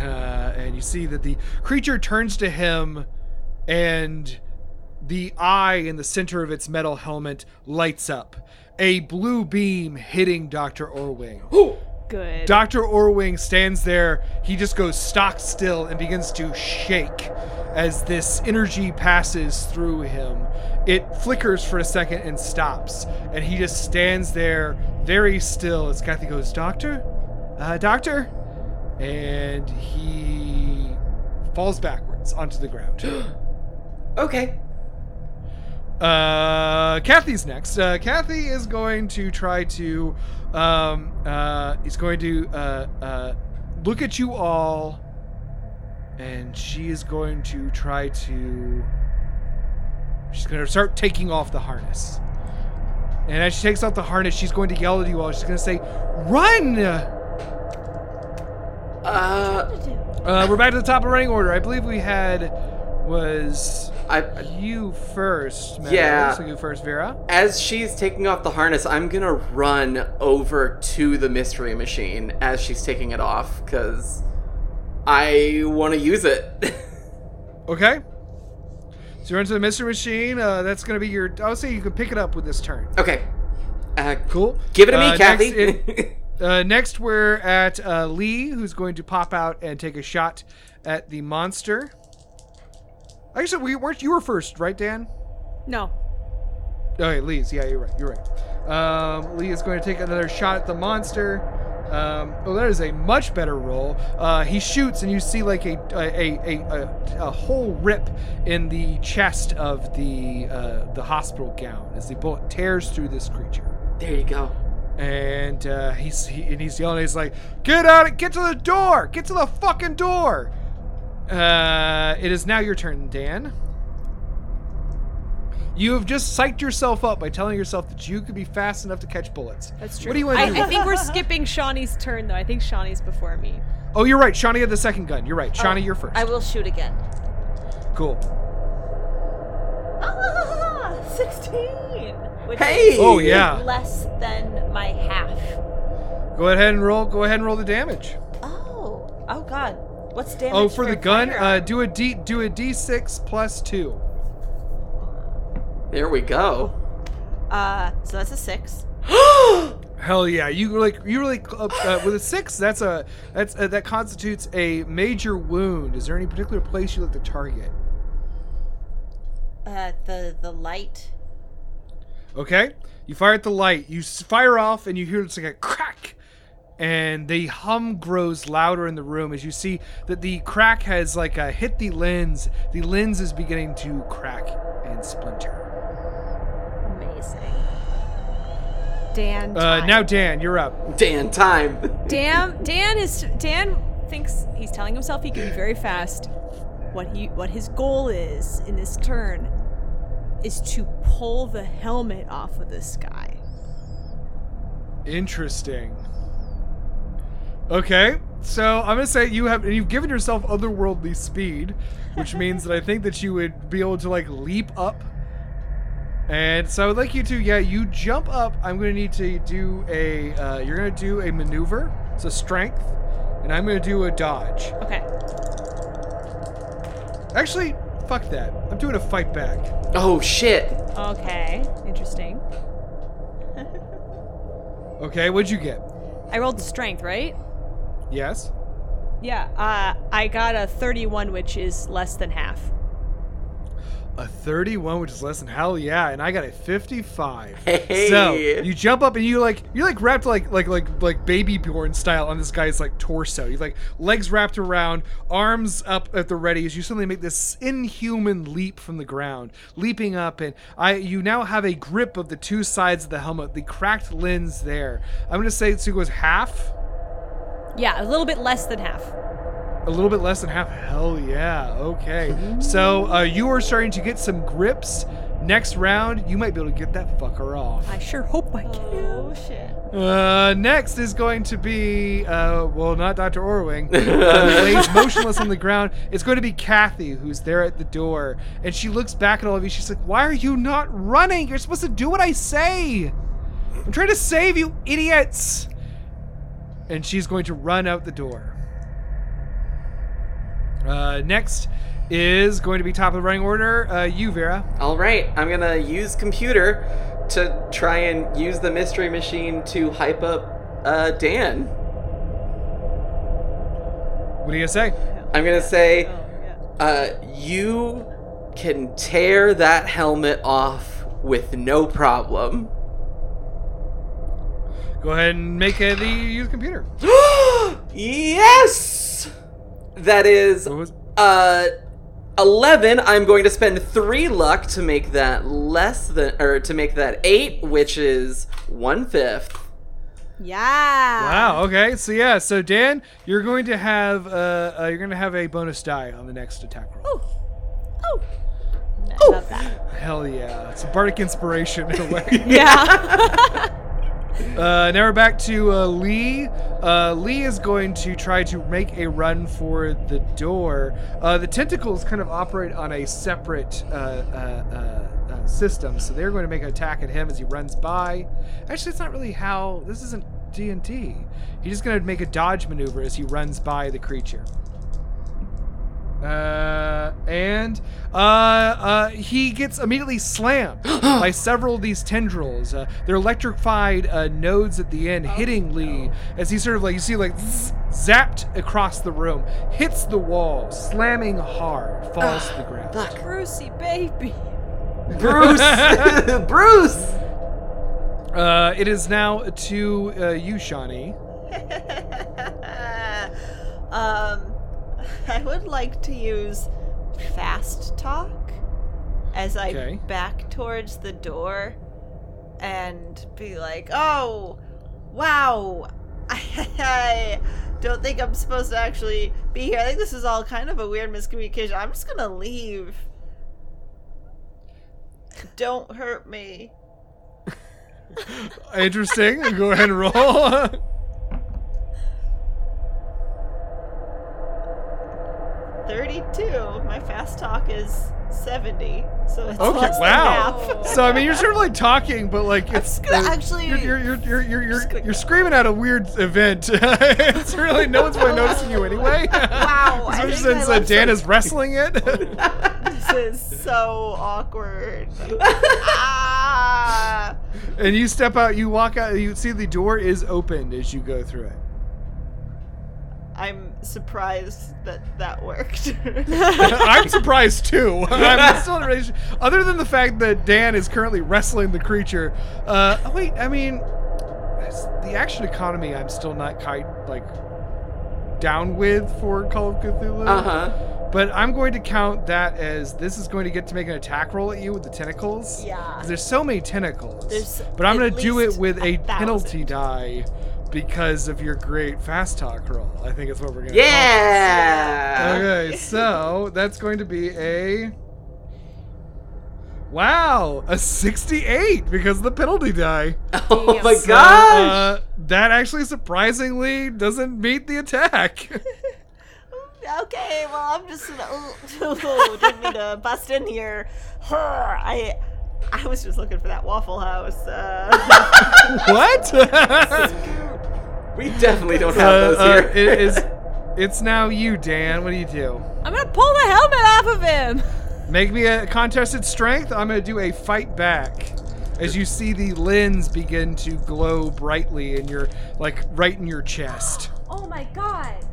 Speaker 1: and you see that the creature turns to him, and the eye in the center of its metal helmet lights up. A blue beam hitting Dr. Orwing.
Speaker 3: Good.
Speaker 1: Dr. Orwing stands there. He just goes stock still and begins to shake as this energy passes through him. It flickers for a second and stops, and he just stands there very still as Kathy goes, Doctor? Uh, doctor? And he falls backwards onto the ground.
Speaker 2: Okay.
Speaker 1: Uh, Kathy's next. Uh, Kathy is going to try to, um, uh, is going to uh, uh, look at you all, and she is going to try to. She's going to start taking off the harness, and as she takes off the harness, she's going to yell at you all. She's going to say, "Run!" Uh,
Speaker 2: Uh,
Speaker 1: we're back to the top of running order. I believe we had was
Speaker 2: I,
Speaker 1: you first. Meadows.
Speaker 2: Yeah.
Speaker 1: so you first, Vera.
Speaker 2: as she's taking off the harness, I'm gonna run over to the mystery machine as she's taking it off because I want to use it.
Speaker 1: Okay. So you're into the mystery machine. Uh, that's going to be your. I would say you can pick it up with this turn.
Speaker 2: okay. Uh,
Speaker 1: Cool.
Speaker 2: give it to me,
Speaker 1: Uh,
Speaker 2: Kathy.
Speaker 1: Next, it- uh, next we're at uh, Lee, who's going to pop out and take a shot at the monster. Actually, we weren't. You were first, right, Dan?
Speaker 3: No.
Speaker 1: Okay, Lee's. Yeah, you're right. You're right. Um, Lee is going to take another shot at the monster. Um, oh, that is a much better roll. Uh, he shoots, and you see like a a, a, a, a a whole rip in the chest of the uh, the hospital gown as the bullet tears through this creature.
Speaker 2: there you go.
Speaker 1: And uh, he's he, and he's yelling. He's like, "Get out! Get to the door! Get to the fucking door!" Uh, it is now your turn, Dan. You have just psyched yourself up by telling yourself that you could be fast enough to catch bullets.
Speaker 3: That's true.
Speaker 1: What do you want
Speaker 3: I,
Speaker 1: to do?
Speaker 3: I think we're skipping Shawnee's turn, though. I think Shawnee's before me.
Speaker 1: oh, you're right. Shawnee had the second gun. You're right. Shawnee, you're first.
Speaker 4: I will shoot again.
Speaker 1: cool.
Speaker 4: Ah, 16! Which
Speaker 2: Hey!
Speaker 4: is
Speaker 1: Oh yeah.
Speaker 4: less than my half.
Speaker 1: Go ahead and roll. Go ahead and roll the damage.
Speaker 4: Oh, oh god. What's damage?
Speaker 1: Oh, for the gun, uh,
Speaker 4: firearm?
Speaker 1: do a d do a d6 plus two.
Speaker 2: There we go.
Speaker 4: Uh, so that's a six.
Speaker 1: Hell yeah! You like you really cl- uh, uh, with a six. That's a that's uh, that constitutes a major wound. Is there any particular place you like to target?
Speaker 4: Uh, the the light.
Speaker 1: Okay, you fire at the light. You s- fire off, and you hear it's like a crack, and the hum grows louder in the room as you see that the crack has like uh, hit the lens. The lens is beginning to crack and splinter.
Speaker 4: Amazing.
Speaker 3: Dan.
Speaker 1: Uh,
Speaker 3: time.
Speaker 1: now, Dan, you're up.
Speaker 2: Dan, time.
Speaker 3: Damn, Dan is Dan thinks he's telling himself he can be very fast. What he what his goal is in this turn is to pull the helmet off of this guy.
Speaker 1: Interesting. Okay, so I'm gonna say you have and you've given yourself otherworldly speed, which means that I think that you would be able to like leap up. And so I would like you to yeah you jump up. I'm gonna need to do a uh, you're gonna do a maneuver, so strength, and I'm gonna do a dodge.
Speaker 3: Okay.
Speaker 1: Actually, fuck that. I'm doing a fight back.
Speaker 2: Oh shit.
Speaker 3: Okay. Interesting.
Speaker 1: Okay, what'd you get?
Speaker 3: I rolled the strength, right?
Speaker 1: Yes.
Speaker 3: Yeah. Uh, I got a 31, which is less than half.
Speaker 1: a 31, which is less than hell yeah, and I got a 55.
Speaker 2: Hey.
Speaker 1: So you jump up and you like you're like wrapped like like like like baby Bjorn style on this guy's like torso. You like legs wrapped around, arms up at the ready as you suddenly make this inhuman leap from the ground, leaping up and I you now have a grip of the two sides of the helmet, the cracked lens there. I'm gonna say Tsuko's half.
Speaker 3: Yeah, a little bit less than half.
Speaker 1: A little bit less than half. Hell yeah. Okay. So uh, you are starting to get some grips. Next round, you might be able to get that fucker off.
Speaker 3: I sure hope I can.
Speaker 5: Oh shit.
Speaker 1: Uh, next is going to be, uh, well, not Dr. Orwing. uh, lays motionless on the ground. It's going to be Kathy, who's there at the door. And she looks back at all of you. She's like, Why are you not running? You're supposed to do what I say. I'm trying to save you, idiots. And she's going to run out the door. Uh, next is going to be top of the running order. Uh, you, Vera.
Speaker 2: All right, I'm gonna use computer to try and use the mystery machine to hype up uh, Dan.
Speaker 1: What are you going to say?
Speaker 2: I'm gonna say, uh, you can tear that helmet off with no problem.
Speaker 1: Go ahead and make uh, the use computer.
Speaker 2: yes, that is
Speaker 1: What was-
Speaker 2: uh, 11 i'm going to spend three luck to make that less than or to make that eight which is one fifth
Speaker 3: Yeah.
Speaker 1: Wow. Okay. So yeah. So Dan, you're going to have uh, uh you're going to have a bonus die on the next attack roll.
Speaker 5: I love that.
Speaker 1: Hell yeah! It's a bardic inspiration in a way.
Speaker 3: Yeah.
Speaker 1: uh, now we're back to uh, Lee. Uh, Lee is going to try to make a run for the door. Uh, the tentacles kind of operate on a separate uh, uh, uh, uh, system, so they're going to make an attack at him as he runs by. Actually, it's not really how this isn't D and D. He's just going to make a dodge maneuver as he runs by the creature. Uh, and uh, uh, he gets immediately slammed by several of these tendrils. Uh, they're electrified uh, nodes at the end, hitting Lee as he sort of like you see like zzz, zapped across the room, hits the wall, slamming hard, falls to the ground.
Speaker 7: Brucey, baby.
Speaker 2: bruce bruce
Speaker 1: Uh, it is now to uh, you, Shawnee.
Speaker 5: um, I would like to use fast talk as I
Speaker 1: Okay.
Speaker 5: back towards the door and be like, "Oh, wow! I don't think I'm supposed to actually be here. I think this is all kind of a weird miscommunication. I'm just gonna leave. Don't hurt me."
Speaker 1: Interesting. Go ahead and roll.
Speaker 5: Thirty-two. My fast talk is seventy, so it's
Speaker 1: Okay,
Speaker 5: less
Speaker 1: wow.
Speaker 5: than half.
Speaker 1: So I mean, you're sort of like talking, but like it's
Speaker 5: gonna
Speaker 1: uh,
Speaker 5: actually-
Speaker 1: you're you're you're you're you're, you're,
Speaker 5: just gonna-
Speaker 1: you're screaming at a weird event. it's really no one's really noticing you anyway.
Speaker 5: Wow, I
Speaker 1: Especially
Speaker 5: think I
Speaker 1: since uh,
Speaker 5: left
Speaker 1: Dan
Speaker 5: some-
Speaker 1: is wrestling it.
Speaker 5: This is so awkward. ah!
Speaker 1: and you step out, you walk out, you see the door is opened as you go through it.
Speaker 5: I'm surprised that that worked.
Speaker 1: I'm surprised too. I'm still not really su- Other than the fact that Dan is currently wrestling the creature. Uh, oh, wait, I mean, it's the action economy. I'm still not quite like down with for Call of Cthulhu.
Speaker 2: uh-huh
Speaker 1: But I'm going to count that as this is going to get to make an attack roll at you with the tentacles.
Speaker 5: yeah.
Speaker 1: 'Cause There's so many tentacles.
Speaker 5: There's
Speaker 1: but I'm
Speaker 5: at
Speaker 1: going to do it
Speaker 5: least
Speaker 1: with a,
Speaker 5: a
Speaker 1: penalty die because of your great fast talk roll. I think is what we're going to
Speaker 2: yeah
Speaker 1: Okay, so that's going to be a. Wow, a 68 because of the penalty die.
Speaker 2: oh my
Speaker 1: So,
Speaker 2: gosh
Speaker 1: uh, that actually surprisingly doesn't meet the attack.
Speaker 5: Okay, well, I'm just gonna. Oh, didn't mean to bust in here. Her, I, I was just looking for that Waffle House. Uh,
Speaker 1: what? uh,
Speaker 2: we definitely don't have those
Speaker 1: uh,
Speaker 2: here
Speaker 1: it is. It's now you, Dan. What do you do?
Speaker 3: I'm gonna pull the helmet off of him.
Speaker 1: Make me a contested strength. I'm going to do a fight back. As you see the lens begin to glow brightly in your, like, right in your chest.
Speaker 3: Oh my god.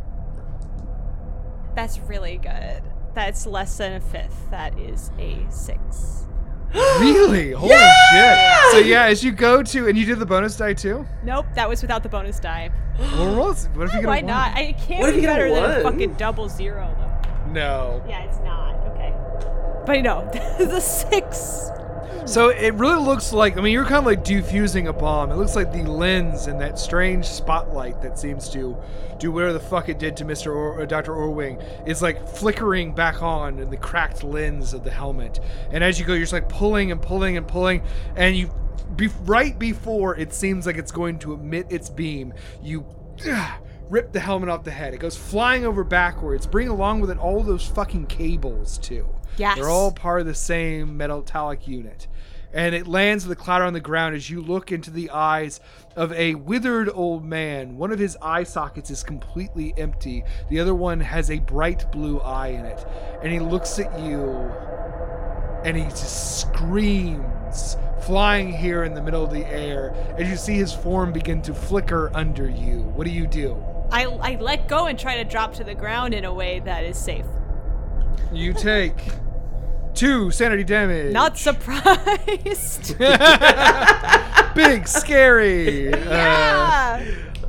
Speaker 3: That's really good. That's less than a fifth. That is a six.
Speaker 1: Really? Holy shit. So yeah, as you go to and you did the bonus die too?
Speaker 3: Nope, that was without the bonus die.
Speaker 1: Well, roll- what if you get a
Speaker 3: Why
Speaker 1: one?
Speaker 3: not? I, it can't
Speaker 2: What if
Speaker 3: be
Speaker 2: you got a
Speaker 3: better than a
Speaker 2: one?
Speaker 3: fucking double zero, though.
Speaker 1: No.
Speaker 3: Yeah, it's not. Okay. But no, the six.
Speaker 1: So it really looks like I mean you're kind of like defusing a bomb. It looks like the lens and that strange spotlight that seems to do whatever the fuck it did to Mr. Or, uh, Dr. Orwing is like flickering back on in the cracked lens of the helmet. And as you go, you're just like pulling and pulling and pulling, and you be, right before it seems like it's going to emit its beam, you rip the helmet off the head. It goes flying over backwards, bring along with it all those fucking cables too.
Speaker 3: Yes.
Speaker 1: They're all part of the same metallic unit. And it lands with a clatter on the ground as you look into the eyes of a withered old man. One of his eye sockets is completely empty, the other one has a bright blue eye in it. And he looks at you and he just screams, flying here in the middle of the air. As you see his form begin to flicker under you, what do you do?
Speaker 3: I, I let go and try to drop to the ground in a way that is safe.
Speaker 1: You take two sanity damage.
Speaker 3: Not surprised.
Speaker 1: big, scary. uh,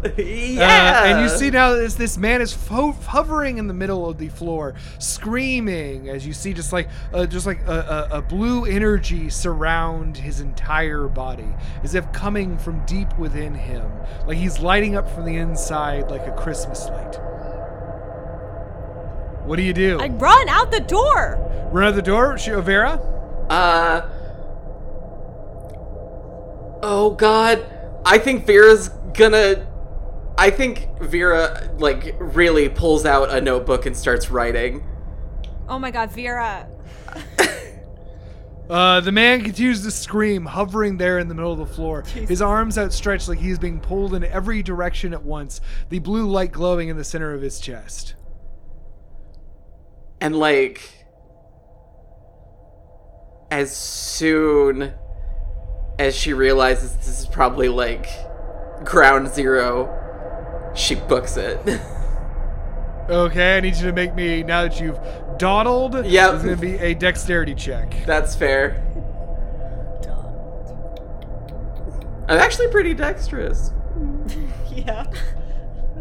Speaker 1: Uh,
Speaker 2: yeah.
Speaker 1: and you see now this this man is fo- hovering in the middle of the floor, screaming as you see just like uh, just like a, a, a blue energy surround his entire body, as if coming from deep within him, like he's lighting up from the inside like a Christmas light. What do you do?
Speaker 3: I run out the door.
Speaker 1: Run out the door, Sh- Vera.
Speaker 2: Uh. Oh God, I think Vera's gonna. I think Vera like really pulls out a notebook and starts writing.
Speaker 3: Oh my god, Vera.
Speaker 1: Uh, the man continues to scream, hovering there in the middle of the floor, his arms outstretched like he is being pulled in every direction at once, the blue light glowing in the center of his chest.
Speaker 2: And like as soon as she realizes this is probably like ground zero, she books it.
Speaker 1: Okay, I need you to make me now that you've dawdled.
Speaker 2: Yep.
Speaker 1: it's gonna be a dexterity check.
Speaker 2: That's fair. I'm actually pretty dexterous.
Speaker 5: Yeah.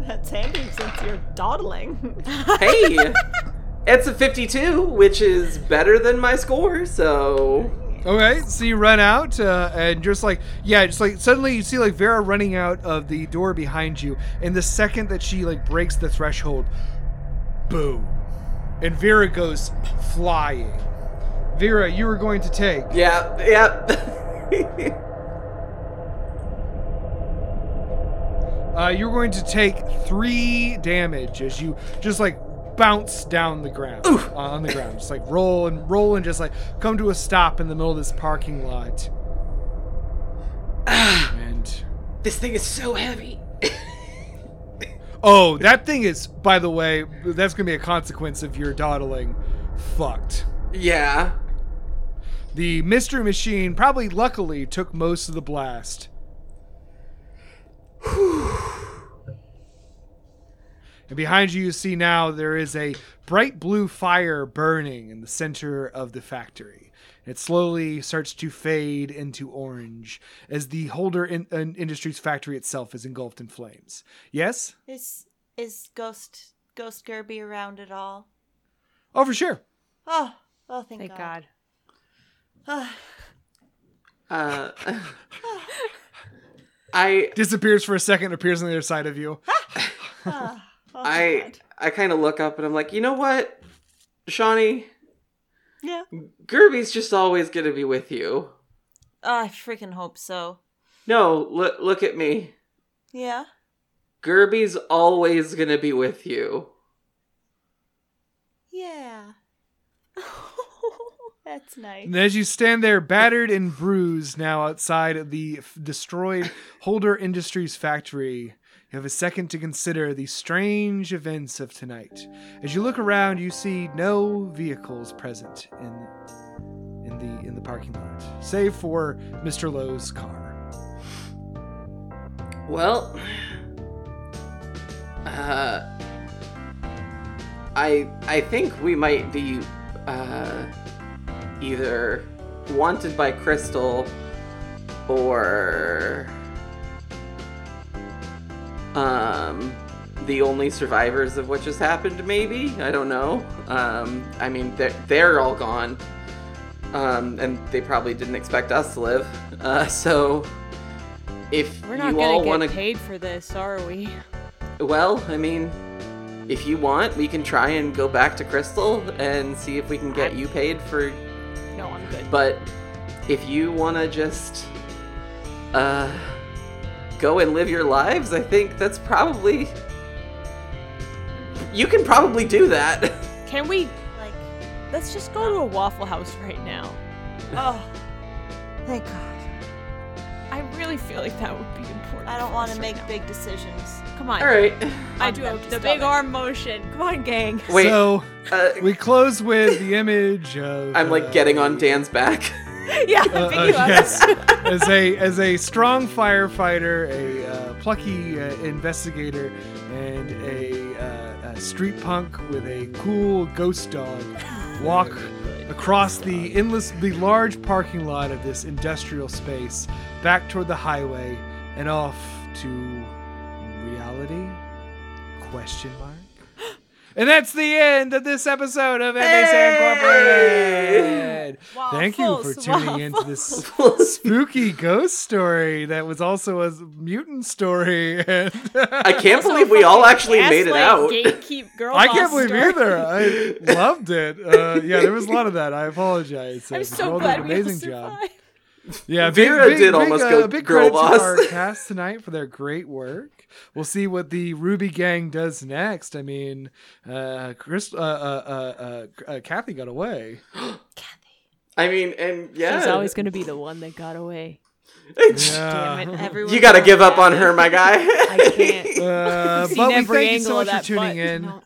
Speaker 5: That's handy since you're dawdling.
Speaker 2: Hey, it's a 52, which is better than my score, so.
Speaker 1: Okay, so you run out, uh, and just like yeah, just like suddenly you see like Vera running out of the door behind you, and the second that she like breaks the threshold, boom, and Vera goes flying. Vera, you were going to take
Speaker 2: Yeah, yeah.
Speaker 1: Uh, you're going to take three damage as you just like bounce down the ground uh, on the ground, just like roll and roll and just like come to a stop in the middle of this parking lot. and
Speaker 2: this thing is so heavy.
Speaker 1: oh, that thing is, by the way, that's gonna be a consequence of your dawdling. Fucked.
Speaker 2: Yeah.
Speaker 1: The mystery machine probably luckily took most of the blast. and behind you, you see now there is a bright blue fire burning in the center of the factory. It slowly starts to fade into orange as the Holder in- in- Industries factory itself is engulfed in flames. Yes?
Speaker 5: is is ghost ghost Gerby around at all?
Speaker 1: Oh, for sure.
Speaker 5: Oh, oh, thank,
Speaker 3: Thank
Speaker 5: God.
Speaker 3: God.
Speaker 2: Uh, I,
Speaker 1: Disappears for a second, appears on the other side of you.
Speaker 2: I, I kind of look up and I'm like, you know what, Shawnee?
Speaker 5: Yeah.
Speaker 2: Gerby's just always going to be with you.
Speaker 5: Oh, I freaking hope so.
Speaker 2: No, look, look at me.
Speaker 5: Yeah.
Speaker 2: Gerby's always going to be with you.
Speaker 5: Yeah. That's nice.
Speaker 1: And as you stand there, battered and bruised, now outside of the f- destroyed Holder Industries factory, you have a second to consider the strange events of tonight. As you look around, you see no vehicles present in in the in the parking lot, save for Mr. Lowe's car.
Speaker 2: Well, uh, I I think we might be uh, either wanted by Crystal or um the only survivors of what just happened maybe i don't know um i mean they're, they're all gone um and they probably didn't expect us to live uh so if
Speaker 3: We're not
Speaker 2: you all
Speaker 3: gonna get
Speaker 2: want to
Speaker 3: paid for this, are we?
Speaker 2: well, I mean, if you want, we can try and go back to Crystal and see if we can get you paid for.
Speaker 3: No, I'm good.
Speaker 2: But if you want to just uh go and live your lives, I think that's probably you can probably do that.
Speaker 3: Can we like? Let's just go to a Waffle House right now.
Speaker 5: Oh, thank God.
Speaker 3: I really feel like that would be important.
Speaker 5: I don't
Speaker 3: for
Speaker 5: want
Speaker 3: us
Speaker 5: to
Speaker 3: right
Speaker 5: make
Speaker 3: now.
Speaker 5: big decisions.
Speaker 3: Come on.
Speaker 2: All right.
Speaker 3: I
Speaker 5: I'm
Speaker 3: do
Speaker 5: empty
Speaker 3: the big
Speaker 5: stomach.
Speaker 3: arm motion. Come on, gang.
Speaker 2: Wait.
Speaker 1: So
Speaker 2: uh,
Speaker 1: we close with the image of.
Speaker 2: I'm
Speaker 1: uh,
Speaker 2: like getting on Dan's back.
Speaker 3: yeah, I
Speaker 1: Uh,
Speaker 3: pick
Speaker 1: uh,
Speaker 3: you up.
Speaker 1: yes. as a as a strong firefighter, a uh, plucky uh, investigator, and a, uh, a street punk with a cool ghost dog walk across the endless, the large parking lot of this industrial space, back toward the highway, and off to reality? Question mark. And that's the end of this episode of NBC Incorporated. Thank you for
Speaker 3: Waffles,
Speaker 1: tuning in to this spooky ghost story that was also a mutant story. And
Speaker 2: I can't believe we all actually made it
Speaker 3: Gaslight
Speaker 2: out.
Speaker 3: Gatekeep girl
Speaker 1: I can't
Speaker 3: boss
Speaker 1: believe
Speaker 3: story.
Speaker 1: either. I loved it. Uh, yeah, there was a lot of that. I apologize. Uh,
Speaker 3: I'm so
Speaker 1: Nicole did
Speaker 3: glad
Speaker 1: an
Speaker 3: we all
Speaker 1: amazing job.
Speaker 3: survived.
Speaker 1: Yeah,
Speaker 2: Vera did almost go
Speaker 1: big
Speaker 2: girl
Speaker 1: credit
Speaker 2: boss.
Speaker 1: to our cast tonight for their great work. We'll see what the Ruby Gang does next. I mean, uh, Chris, uh, uh, uh, uh, uh, Kathy got away.
Speaker 2: I mean, and yeah.
Speaker 3: She's always going to be the one that got away.
Speaker 1: Yeah.
Speaker 4: Damn it,
Speaker 5: Uh-huh.
Speaker 4: everyone.
Speaker 2: you got to give up on her, my guy.
Speaker 4: I can't.
Speaker 1: Uh,
Speaker 3: Seen
Speaker 1: but we
Speaker 3: every
Speaker 1: thank you so
Speaker 3: angle
Speaker 1: much
Speaker 3: of
Speaker 1: for
Speaker 3: that
Speaker 1: tuning
Speaker 3: butt.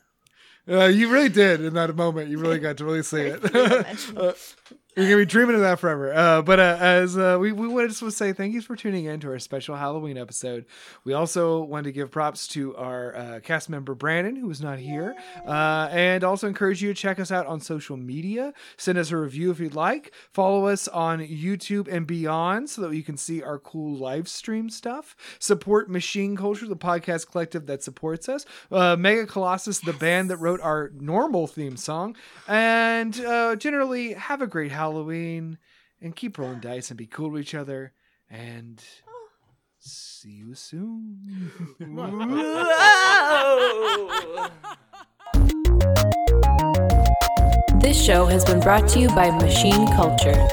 Speaker 1: in. Uh, you really did in that moment. You really got to really see it. Uh, We're gonna be dreaming of that forever. Uh, but uh, as uh, we we wanted to say thank you for tuning in to our special Halloween episode. We also wanted to give props to our uh, cast member Brandon, who is not here, uh, and also encourage you to check us out on social media. Send us a review if you'd like. Follow us on YouTube and beyond, so that you can see our cool live stream stuff. Support Machine Culture, the podcast collective that supports us. Uh, Mega Colossus, the band that wrote our normal theme song, and uh, generally have a great Halloween and keep rolling dice and be cool to each other. And see you soon.
Speaker 10: This show has been brought to you by Machine Culture.